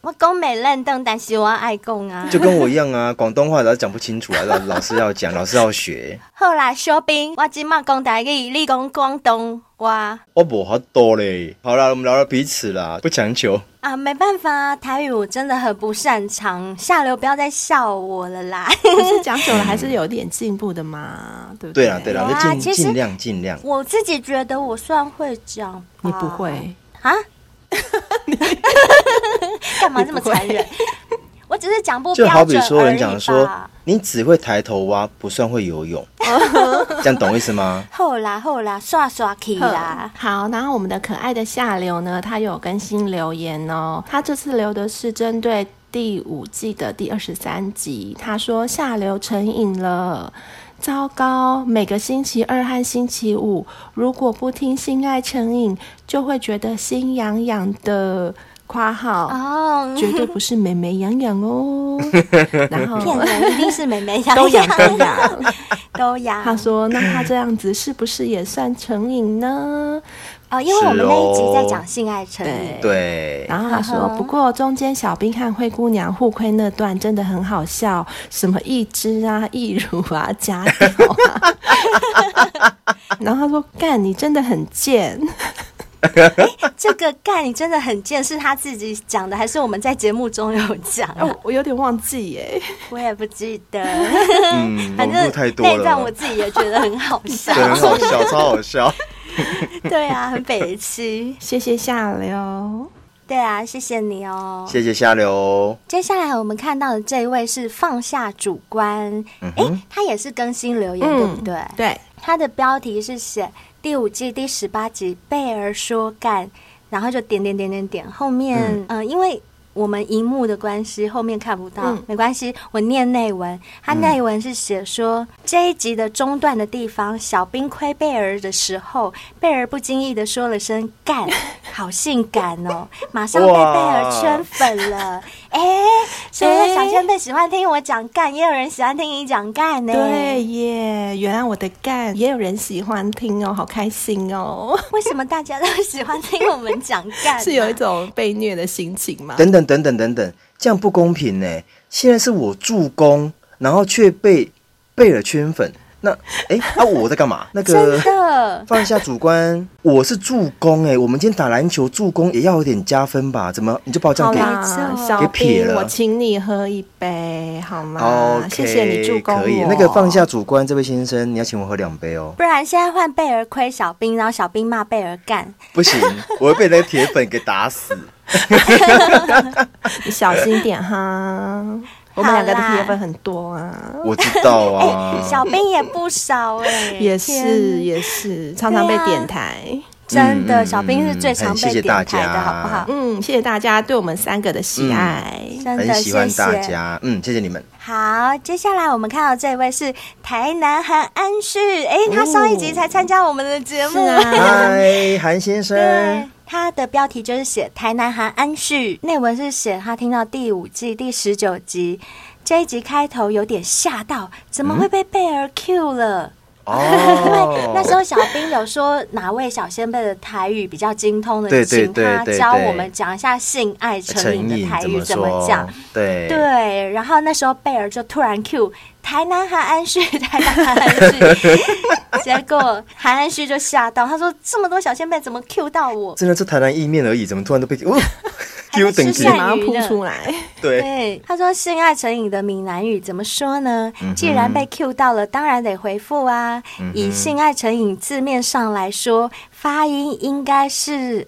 Speaker 3: 我讲袂认同，但是我爱讲啊。
Speaker 4: 就跟我一样啊， [laughs] 广东话老是讲不清楚啊，老老师要讲，老师要学，
Speaker 3: 好啦，小兵，我即马讲台语，你讲广东话
Speaker 4: 我不好多嘞。好啦，我们聊聊彼此啦，不强求。
Speaker 3: 啊，没办法啊，台语我真的很不擅长。下流，不要再笑我了啦。
Speaker 2: [laughs]
Speaker 3: [laughs]
Speaker 2: 可是讲久了还是有点进步的嘛，对不
Speaker 4: 对
Speaker 2: 对？
Speaker 4: 啦，对啦，
Speaker 3: 有啊
Speaker 4: 就尽
Speaker 3: 其实
Speaker 4: 尽量尽量。
Speaker 3: 我自己觉得我算会讲吧，
Speaker 2: 你不会，
Speaker 3: 啊？ [laughs] 干嘛这么残
Speaker 2: 你
Speaker 3: 忍？我只是讲不
Speaker 4: 就
Speaker 3: 标准
Speaker 4: 好比说，有
Speaker 3: 而
Speaker 4: 人
Speaker 3: 已
Speaker 4: 讲说
Speaker 3: 吧
Speaker 4: 你只会抬头蛙，不算会游泳，
Speaker 3: 哦
Speaker 4: [laughs] 这样懂意思吗？
Speaker 3: 好啦好啦，刷刷去啦。
Speaker 2: 好，然后我们的可爱的下流呢，他有更新留言哦，他这次留的是针对第五季的第二十三集，他说下流成瘾了。糟糕！每个星期二和星期五，如果不听性爱成瘾，就会觉得心痒痒的。（括号
Speaker 3: 哦，
Speaker 2: 绝对不是美美痒痒
Speaker 3: [laughs]
Speaker 2: 哦。）然后
Speaker 3: 骗人，一定是美美养
Speaker 2: 都痒
Speaker 3: [laughs]
Speaker 2: 都
Speaker 4: 啊
Speaker 2: 痒。
Speaker 3: 都痒。
Speaker 2: 他说：“那他这样子是不是也算成瘾呢？”
Speaker 3: 哦，因为我们那一集在讲
Speaker 4: 是哦
Speaker 3: 性爱成瘾，
Speaker 2: 对
Speaker 4: 对，
Speaker 2: 然后他说
Speaker 3: 呵呵：“
Speaker 2: 不过中间小兵和灰姑娘互亏那段真的很好笑，什么一只啊、一乳啊、假屌啊。” [laughs] 然后他说：“干，你真的很贱。
Speaker 3: 这个干你真的很贱，是他自己讲的，还是我们在节目中有讲啊、
Speaker 2: 哎，我我有点忘记耶。
Speaker 3: 我也不记得，
Speaker 4: 嗯，
Speaker 3: 反
Speaker 4: 网
Speaker 3: 正
Speaker 4: 络太多
Speaker 3: 那一段我
Speaker 4: 了，
Speaker 3: 自己也觉得很好笑
Speaker 4: 对，，很好笑，超好笑。
Speaker 3: [laughs] 对啊，很北气。
Speaker 2: 谢谢下流，
Speaker 3: 对啊，谢谢你哦。
Speaker 4: 谢谢下流哦，
Speaker 3: 接下来我们看到的这一位是放下主观，哎、他也是更新留言，
Speaker 2: 嗯
Speaker 3: 对不对？
Speaker 2: 对，
Speaker 3: 他的标题是写第五季第十八集贝尔说干，然后就点点点点点，后面嗯、呃因为。我们荧幕的关系，后面看不到，
Speaker 2: 嗯
Speaker 3: 没关系。我念内文，他内文是写说、这一集的中段的地方，小兵亏贝尔的时候，贝尔不经意的说了声“干”，好性感哦，马上被贝
Speaker 4: 哇
Speaker 3: 尔圈粉了。哎、所以
Speaker 2: 哎
Speaker 3: 小仙贝喜欢听我讲干，也有人喜欢听你讲干呢。
Speaker 2: 对耶，原来我的干也有人喜欢听哦，好开心 [laughs] 哦，
Speaker 3: 为什么大家都喜欢听我们讲干、
Speaker 2: 是有一种被虐的心情吗？
Speaker 4: 等等等等等等，这样不公平呢。现在是我助攻，然后却被贝尔圈粉。那哎啊，我在干
Speaker 3: [laughs]
Speaker 4: 嘛？那
Speaker 3: 真
Speaker 4: 个。
Speaker 3: 的
Speaker 4: 放下主观，我是助攻哎。我们今天打篮球助攻也要有点加分吧？怎么你就把我这
Speaker 2: 好
Speaker 4: 样给？
Speaker 2: 啦
Speaker 3: 给，
Speaker 2: 小
Speaker 4: 给撇
Speaker 2: 兵，
Speaker 4: 了
Speaker 2: 我请你喝一杯好吗
Speaker 4: OK，
Speaker 2: 谢谢你助攻我。
Speaker 4: 可以，那个放下主观，这位先生，你要请我喝两杯哦。
Speaker 3: 不然现在换贝尔亏小兵，然后小兵骂贝尔干，
Speaker 4: 不行，我会被那个铁粉给打死。
Speaker 3: [laughs]
Speaker 2: 你小心点哈。我们两个的
Speaker 3: 好啦
Speaker 2: P 分很多啊，
Speaker 4: 我知道
Speaker 3: 哎、
Speaker 4: 啊，
Speaker 3: 小兵也不少哎、
Speaker 2: [laughs] 也
Speaker 3: 天
Speaker 2: 是嗯也是，常常被
Speaker 3: 对啊
Speaker 2: 点台。
Speaker 3: 真
Speaker 4: 嗯
Speaker 3: 的，
Speaker 4: 嗯
Speaker 3: 小兵是最
Speaker 4: 嗯
Speaker 3: 常
Speaker 4: 很谢
Speaker 3: 被
Speaker 4: 谢
Speaker 3: 点
Speaker 4: 大
Speaker 3: 台的，
Speaker 4: 家
Speaker 3: 好不好？
Speaker 2: 嗯，谢谢大家对我们三个的喜
Speaker 4: 嗯
Speaker 2: 爱。
Speaker 3: 真的
Speaker 4: 很喜欢
Speaker 3: 谢
Speaker 4: 大
Speaker 3: 谢。
Speaker 4: 家，嗯，谢谢你们。
Speaker 3: 好，接下来我们看到这位是台南韩安旭，哎、他上一集才参加我们的节目，
Speaker 2: 是啊
Speaker 4: 嗨，韩先
Speaker 3: 对
Speaker 4: 生，，
Speaker 3: 他的标题就是写台南韩安旭，内文是写他听到第五季第十九集。这一集开头有点吓到，怎么会被贝尔 Q 了？，
Speaker 4: 哦
Speaker 3: 那时候小兵有说哪位小先辈的台语比较精通的，
Speaker 4: 对对
Speaker 3: 请他
Speaker 4: 对对
Speaker 3: 教
Speaker 4: 对
Speaker 3: 我们讲一下性爱成
Speaker 4: 成
Speaker 3: 瘾的
Speaker 4: 瘾
Speaker 3: 台语
Speaker 4: 怎
Speaker 3: 怎么讲
Speaker 4: 说。？对
Speaker 3: 对，然后那时候贝尔就突然 Q 台南韩安旭，台南韩安旭， [laughs] 结果韩安旭就吓到，他说这么多小先辈怎么 Q 到我？
Speaker 4: 真的是台南意面而已，怎么突然都被哦丢等级
Speaker 3: 是？
Speaker 2: 马
Speaker 3: 啊
Speaker 2: 上扑
Speaker 3: 鱼呢
Speaker 2: 出来，
Speaker 4: 对，
Speaker 3: 对，他说性爱成瘾的闽南语怎么说呢？
Speaker 4: 嗯
Speaker 3: 既然被 Q 到了，当然得回复啊。以性爱成瘾字面上来说，发音应该是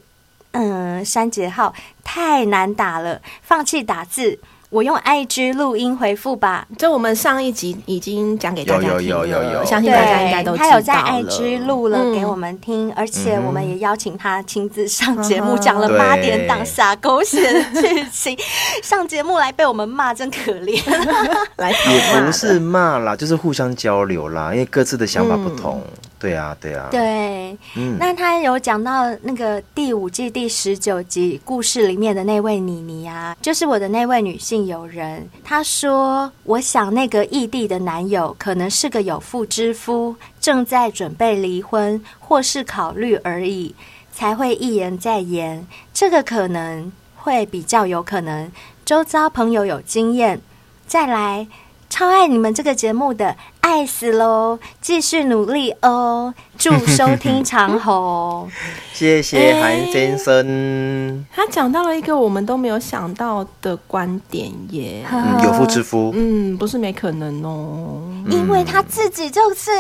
Speaker 3: 嗯删节号，太难打了，放弃打字，我用 IG 录音回复吧。
Speaker 2: 这我们上一集已经讲给大家
Speaker 4: 有有
Speaker 2: 听了，
Speaker 4: 有有有
Speaker 2: 相信
Speaker 3: 对，
Speaker 2: 大家应该都知道
Speaker 3: 他有在
Speaker 2: 了嗯
Speaker 3: IG 录了给我们听，而且我们也邀请他亲自上节
Speaker 2: 嗯
Speaker 3: 目，讲了八点档
Speaker 4: 嗯对
Speaker 3: 撒狗血的剧情，上节目来被我们骂，真可怜。
Speaker 2: [laughs] 来讨
Speaker 4: 也
Speaker 2: 骂
Speaker 4: 不
Speaker 2: 的
Speaker 4: 是骂啦，就是互相交流啦，因为各自的想法不同。对啊，对啊，，
Speaker 3: 对，
Speaker 4: 嗯，
Speaker 3: 那他有讲到那个第五季第十九集故事里面的那位妮妮啊，就是我的那位女性友人。她说：“我想那个异地的男友可能是个有妇之夫，正在准备离婚或是考虑而已，才会一言再言。这个可能会比较有可能。周遭朋友有经验，再来。”超爱你们这个节目的，爱死喽！继续努力哦，祝收听长虹。哦
Speaker 4: 谢谢韩先生，
Speaker 2: 他讲到了一个我们都没有想到的观点耶。
Speaker 4: 嗯，有妇之夫，
Speaker 2: 嗯，不是没可能哦。
Speaker 3: 因为他自己就是。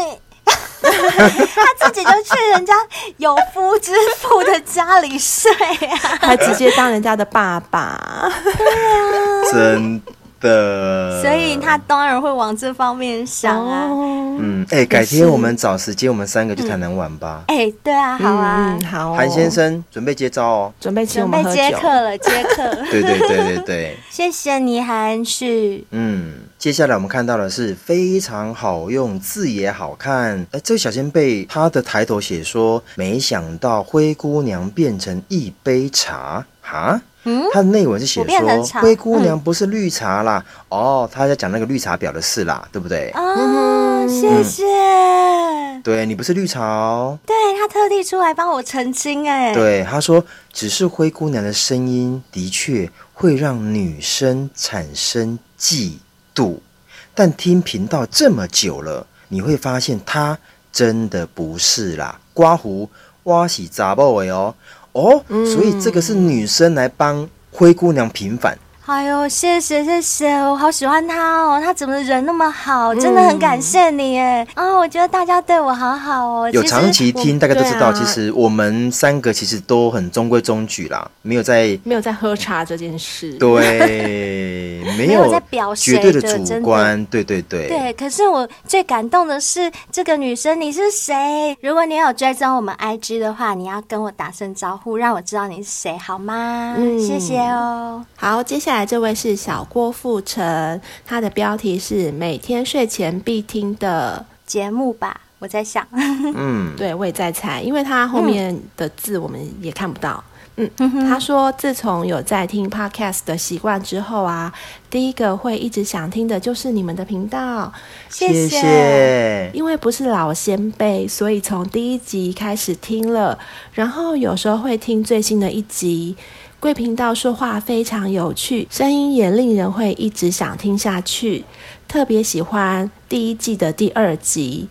Speaker 3: [laughs] 他自己就去人家有夫之妇的家里睡
Speaker 2: [laughs]
Speaker 3: 啊！
Speaker 2: 还直接当人家的爸爸， [laughs]
Speaker 4: 真的。
Speaker 3: 所以他当然会往这方面想啊。
Speaker 2: 呃哦
Speaker 4: 嗯，哎、改天我们找时间，我们三个去台南玩吧。
Speaker 3: 哎、对啊，好啊，
Speaker 2: 嗯好哦，
Speaker 4: 韩先生准备接招哦。
Speaker 2: 准备请我
Speaker 3: 准
Speaker 2: 们喝
Speaker 3: 备接
Speaker 2: 酒。
Speaker 3: 客了，接客。
Speaker 4: 对对对对对， [laughs]
Speaker 3: 谢谢你，韩旭。
Speaker 4: 嗯，接下来我们看到的是非常好用，字也好看。哎，这个小先贝他的抬头写说，没想到灰姑娘变成一杯茶哈。
Speaker 3: 嗯，
Speaker 4: 它的内文是写
Speaker 3: 我变成
Speaker 4: 说
Speaker 3: 茶嗯
Speaker 4: 灰姑娘不是绿茶啦，哦，他在讲那个绿茶婊的事啦，对不对？
Speaker 3: 啊，谢谢。
Speaker 4: 对你不是绿茶哦，
Speaker 3: 对他特地出来帮我澄清、哎，
Speaker 4: 对，他说，只是灰姑娘的声音的确会让女生产生嫉妒，但听频道这么久了，你会发现她真的不是啦。刮胡挖洗杂报尾哦哦，
Speaker 3: 嗯
Speaker 4: 所以这个是女生来帮灰姑娘平反。
Speaker 3: 哎呦，谢谢谢谢，我好喜欢他哦，他怎么人那么
Speaker 4: 嗯
Speaker 3: 好，真的很感谢你哎。啊、我觉得大家对我好好哦。
Speaker 4: 有
Speaker 3: 其实
Speaker 4: 长期听，大家都知道，
Speaker 2: 对
Speaker 4: 其
Speaker 2: 啊
Speaker 4: 实我们三个其实都很中规中矩啦，没有
Speaker 3: [laughs]
Speaker 4: 在
Speaker 2: 没有在喝茶这件事。
Speaker 4: 对，没
Speaker 3: 没有在表
Speaker 4: 绝
Speaker 3: 谁
Speaker 4: 对的
Speaker 3: 的
Speaker 4: 主
Speaker 3: 真的
Speaker 4: 观，对对对，
Speaker 3: 我。对，可是我最感动的是这个女生，你是谁？如果你有追踪我们 IG 的话，你要跟我打声招呼，让我知道你是谁，好吗？
Speaker 2: 嗯
Speaker 3: 谢谢哦。
Speaker 2: 好，接下来这位是小郭富城，他的标题是每天睡前必听的。
Speaker 3: 节目吧，我在想，
Speaker 4: 嗯，
Speaker 2: 对，我也在猜，因为他后面的字我们也看不到。嗯，他说自从有在听 podcast 的习惯之后啊，第一个会一直想听的就是你们的频道，
Speaker 4: 谢
Speaker 3: 谢。
Speaker 4: 谢。
Speaker 2: 因为不是老先辈，所以从第一集开始听了，然后有时候会听最新的一集。贵频道说话非常有趣，声音也令人会一直想听下去。特别喜欢第一季的第二集。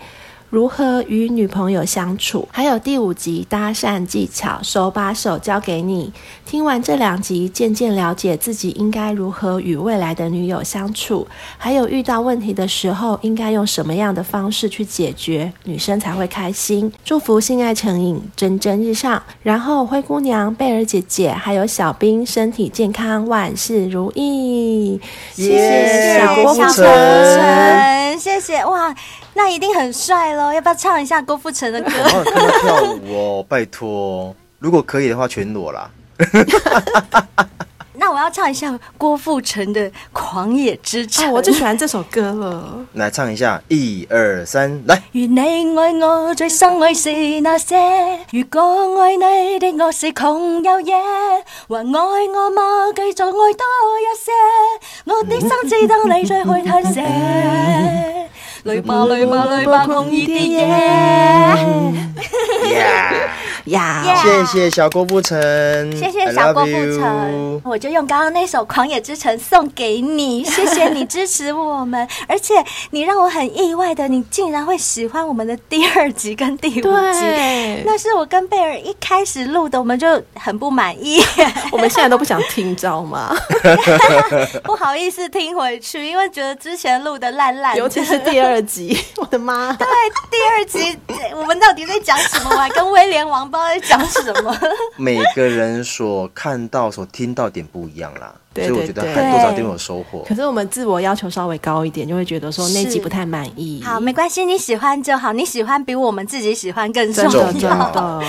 Speaker 2: 如何与女朋友相处，还有第五集搭讪技巧，手把手教给你。听完这两集，渐渐了解自己应该如何与未来的女友相处，还有遇到问题的时候应该用什么样的方式去解决，女生才会开心。祝福性爱成瘾蒸蒸日上，然后灰姑娘、贝尔姐姐还有小兵身体健康，万事如意。谢谢小郭富
Speaker 4: 城
Speaker 3: 城，谢谢哇，那一定很帅喽！要不要唱一下郭富城的歌？ [laughs]
Speaker 4: 我好想看他跳舞哦，拜托，如果可以的话，全裸啦。
Speaker 3: 那我要唱一下郭富城的《狂野之城》
Speaker 2: 哦，我最喜欢这首歌了。
Speaker 4: 来唱一下，一二三，来。
Speaker 3: 如你愛我，最深愛是那些。如果愛你的我是窮有野，還愛我嗎？繼續愛多一些。我的心只等你再去探
Speaker 2: [laughs]
Speaker 3: 寫。來吧來吧來吧，紅熱的夜。
Speaker 2: 呀、
Speaker 4: 谢谢小郭富城，
Speaker 3: 谢谢
Speaker 4: 嗯 I
Speaker 3: 小郭
Speaker 4: love
Speaker 3: 富
Speaker 4: you
Speaker 3: 城，我就用刚刚那首《狂野之城》送给你， [laughs] 谢谢你支持我们，而且你让我很意外的，你竟然会喜欢我们的第二集跟第五集。
Speaker 2: 对，
Speaker 3: 那是我跟贝尔一开始录的，我们就很不满意， [laughs]
Speaker 2: 我们现在都不想听，你知道 [laughs] 吗？
Speaker 3: 不好意思听回去，因为觉得之前录的烂烂的。
Speaker 2: 尤其是第二 [laughs] 集，我的妈！
Speaker 3: 对第二集，我们到底在讲什么？我还跟威廉王不知道在讲什
Speaker 2: [laughs]
Speaker 3: 么。
Speaker 4: 每个人所看到、所听到点不一样啦，
Speaker 2: 对
Speaker 4: 所以我
Speaker 2: 对
Speaker 4: 觉得
Speaker 2: 对
Speaker 4: 还多少点有收获
Speaker 2: 可。是我们自我要求稍微高一点，就会觉得说那集不太满意。
Speaker 3: 好，没关系，你喜欢就好，你喜欢比我们自己喜欢更重
Speaker 2: 真的
Speaker 4: 重
Speaker 2: 真
Speaker 4: 要
Speaker 2: 的，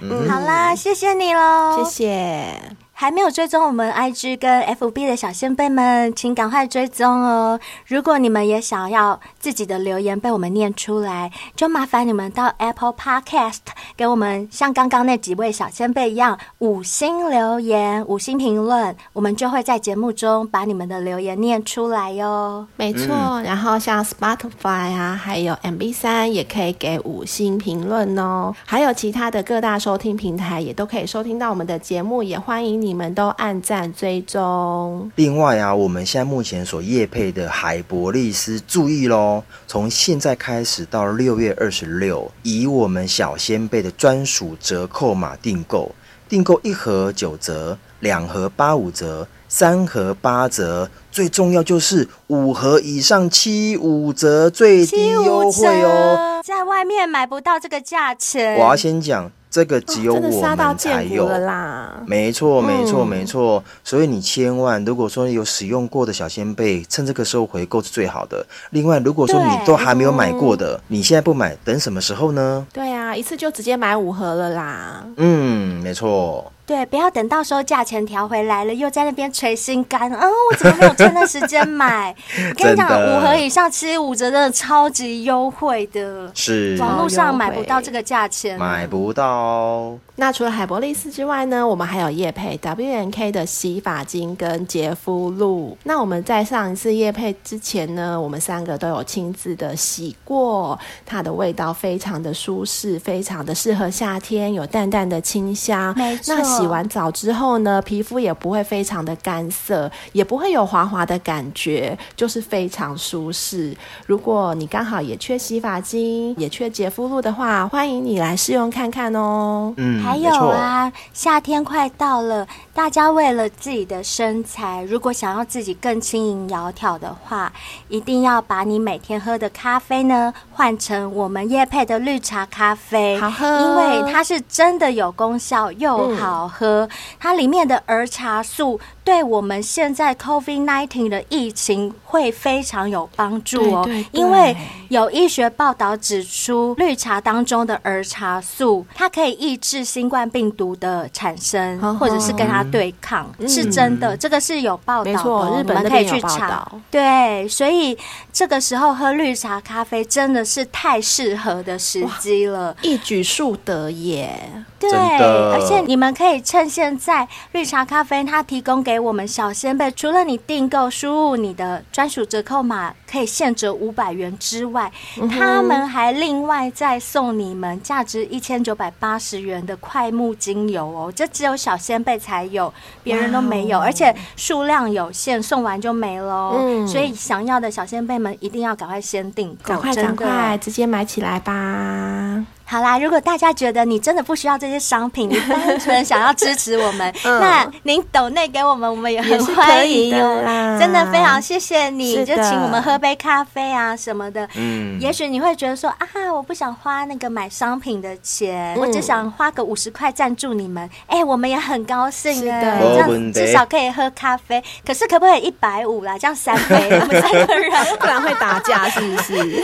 Speaker 3: 嗯好啦，谢谢你喽，
Speaker 2: 谢谢。
Speaker 3: 还没有追踪我们 IG 跟 FB 的小先辈们，请赶快追踪哦！如果你们也想要自己的留言被我们念出来，就麻烦你们到 Apple Podcast 给我们像刚刚那几位小先辈一样五星留言、五星评论，我们就会在节目中把你们的留言念出来哟、
Speaker 2: 没错，
Speaker 4: 嗯
Speaker 2: 然后像 Spotify 啊，还有 MB 三也可以给五星评论哦，还有其他的各大收听平台也都可以收听到我们的节目，也欢迎你们都按赞追踪。
Speaker 4: 另外啊，我们现在目前所业配的海博利斯，注意喽！从现在开始到六月二十六，以我们小先辈的专属折扣码订购，订购一盒九折，两盒八五折，三盒八折，最重要就是五盒以上七五折，最低优惠哦。
Speaker 3: 在外面买不到这个价钱，
Speaker 4: 我要先讲，这个只有
Speaker 2: 哦真的
Speaker 4: 我
Speaker 2: 杀到
Speaker 4: 们才
Speaker 2: 见骨
Speaker 4: 有。
Speaker 2: 了啦！
Speaker 4: 没错，没错，
Speaker 2: 嗯
Speaker 4: 没错。所以你千万，如果说有使用过的小先贝，趁这个时候回购是最好的。另外，如果说你
Speaker 3: 对嗯
Speaker 4: 都还没有买过的，你现在不买，等什么时候呢？
Speaker 2: 对啊，一次就直接买五盒了啦。
Speaker 4: 嗯，没错。
Speaker 3: 对，不要等到时候价钱调回来了，又在那边捶心肝。嗯，我怎么没有趁那时
Speaker 4: [laughs]
Speaker 3: 间买？我跟你
Speaker 4: 真
Speaker 3: 讲，
Speaker 4: 的
Speaker 3: 五盒以上七五折真的超级优惠的，
Speaker 4: 是
Speaker 3: 网络上买不
Speaker 2: 优惠
Speaker 3: 到这个价钱。
Speaker 4: 买不到哦。
Speaker 2: 那除了海博利斯之外呢，我们还有叶配 W N K 的洗发精跟洁肤露。那我们在上一次叶配之前呢，我们三个都有亲自的洗过，它的味道非常的舒适，非常的适合夏天，有淡淡的清香。
Speaker 3: 没错
Speaker 2: 那洗完澡之后呢，皮肤也不会非常的干涩，也不会有滑滑的感觉，就是非常舒适。如果你刚好也缺洗发精，也缺洁肤露的话，欢迎你来试用看看哦。
Speaker 4: 嗯，
Speaker 3: 还
Speaker 4: 没
Speaker 3: 有
Speaker 4: 错。
Speaker 3: 啊，夏天快到了，大家为了自己的身材，如果想要自己更轻盈窈窕的话，一定要把你每天喝的咖啡呢换成我们叶配的绿茶咖啡，
Speaker 2: 好喝嗯
Speaker 3: 因为它是真的有功效又好喝，它里面的儿茶素。对我们现在 COVID-19 的疫情会非常有帮助哦，
Speaker 2: 对对对
Speaker 3: 因为有医学报道指出，绿茶当中的儿茶素，它可以抑制新冠病毒的产生
Speaker 2: 哦，嗯
Speaker 3: 或者是跟它对抗，是真的，这个是有报道
Speaker 2: 没
Speaker 3: 的
Speaker 2: 错
Speaker 3: 哦，
Speaker 2: 日本那
Speaker 3: 你们可
Speaker 2: 边
Speaker 3: 以去
Speaker 2: 有报
Speaker 3: 查
Speaker 2: 道。
Speaker 3: 对，所以这个时候喝绿茶咖啡真的是太适合的时机了。
Speaker 2: 一举数得耶！
Speaker 3: 对，
Speaker 4: 真的
Speaker 3: 而且你们可以趁现在绿茶咖啡它提供给给我们小仙贝，除了你订购输入你的专属折扣码可以现折五百元之外，
Speaker 2: 嗯
Speaker 3: 他们还另外再送你们价值一千九百八十元的快木精油哦，这只有小仙贝才有，别人都没有，
Speaker 2: 哇哦
Speaker 3: 而且数量有限，送完就没了哦、
Speaker 2: 嗯
Speaker 3: 所以想要的小仙贝们一定要赶快先订购，
Speaker 2: 赶快
Speaker 3: 真
Speaker 2: 赶
Speaker 3: 的
Speaker 2: 快，直接买起来吧！
Speaker 3: 好啦，如果大家觉得你真的不需要这些商
Speaker 2: [laughs]
Speaker 3: 品，你单纯想要支持我们，
Speaker 2: 嗯
Speaker 3: 那您抖内给我们，我们也
Speaker 2: 也
Speaker 3: 很
Speaker 2: 是可
Speaker 3: 欢
Speaker 2: 以
Speaker 3: 迎
Speaker 2: 的
Speaker 3: 哦。
Speaker 2: 啦，
Speaker 3: 真的非常谢谢你，
Speaker 2: 是
Speaker 3: 就
Speaker 2: 的
Speaker 3: 请我们喝杯咖啡啊什么的。
Speaker 4: 嗯，
Speaker 3: 也许你会觉得说啊，我不想花那个买商品的钱，
Speaker 2: 嗯
Speaker 3: 我只想花个五十块赞助你们。哎、我们也很高兴
Speaker 2: 是的
Speaker 3: 哎、
Speaker 2: 没
Speaker 3: 这
Speaker 4: 问题
Speaker 3: 样至少可以喝咖啡。可是可不可以一百五啦？这样三杯，我们三
Speaker 2: [laughs]
Speaker 3: 个人，
Speaker 2: [laughs] 不然会打架是不是？ [laughs]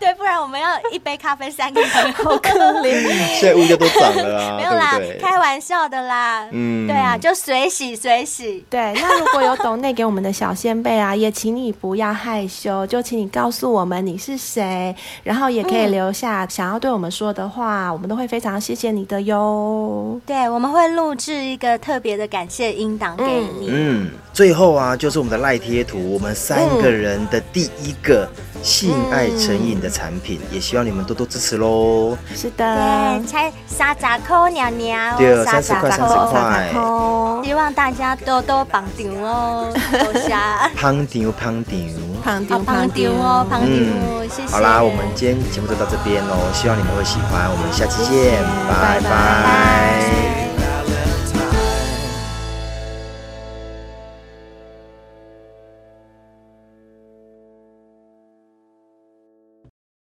Speaker 3: 对，不然我们要一杯咖啡三个人，好可怜。
Speaker 4: 现在物价都涨了啊，
Speaker 3: [laughs] 没有啦，
Speaker 4: 对不对？
Speaker 3: 开玩笑的啦。
Speaker 4: 嗯
Speaker 3: 对啊，就随喜随喜。
Speaker 2: 对，那如果有抖内给我们的小先辈啊，也请你不要害羞，就请你告诉我们你是谁，然后也可以留下想要对我们说的话，我们都会非常谢谢你的哟。
Speaker 3: 对，我们会录制一个特别的感谢音档给你。
Speaker 4: 嗯，最后啊，就是我们的赖贴图，我们三个人的第一个性爱成瘾
Speaker 3: 嗯
Speaker 4: 的产品，也希望你们多多支持喽。
Speaker 2: 是的
Speaker 3: 对，，才三十块鸟鸟，
Speaker 4: 嗯对三十块三十块
Speaker 2: 打扣，
Speaker 3: 希望大家多多帮场哦，多谢，
Speaker 4: [laughs] 胖丢胖丢，
Speaker 2: 胖
Speaker 3: 好
Speaker 2: 丢
Speaker 3: 帮场哦，帮场哦，谢谢。
Speaker 4: 嗯好啦，我们今天节目就到这边喽，希望你们会喜欢，我们下期见，拜拜。
Speaker 3: 拜拜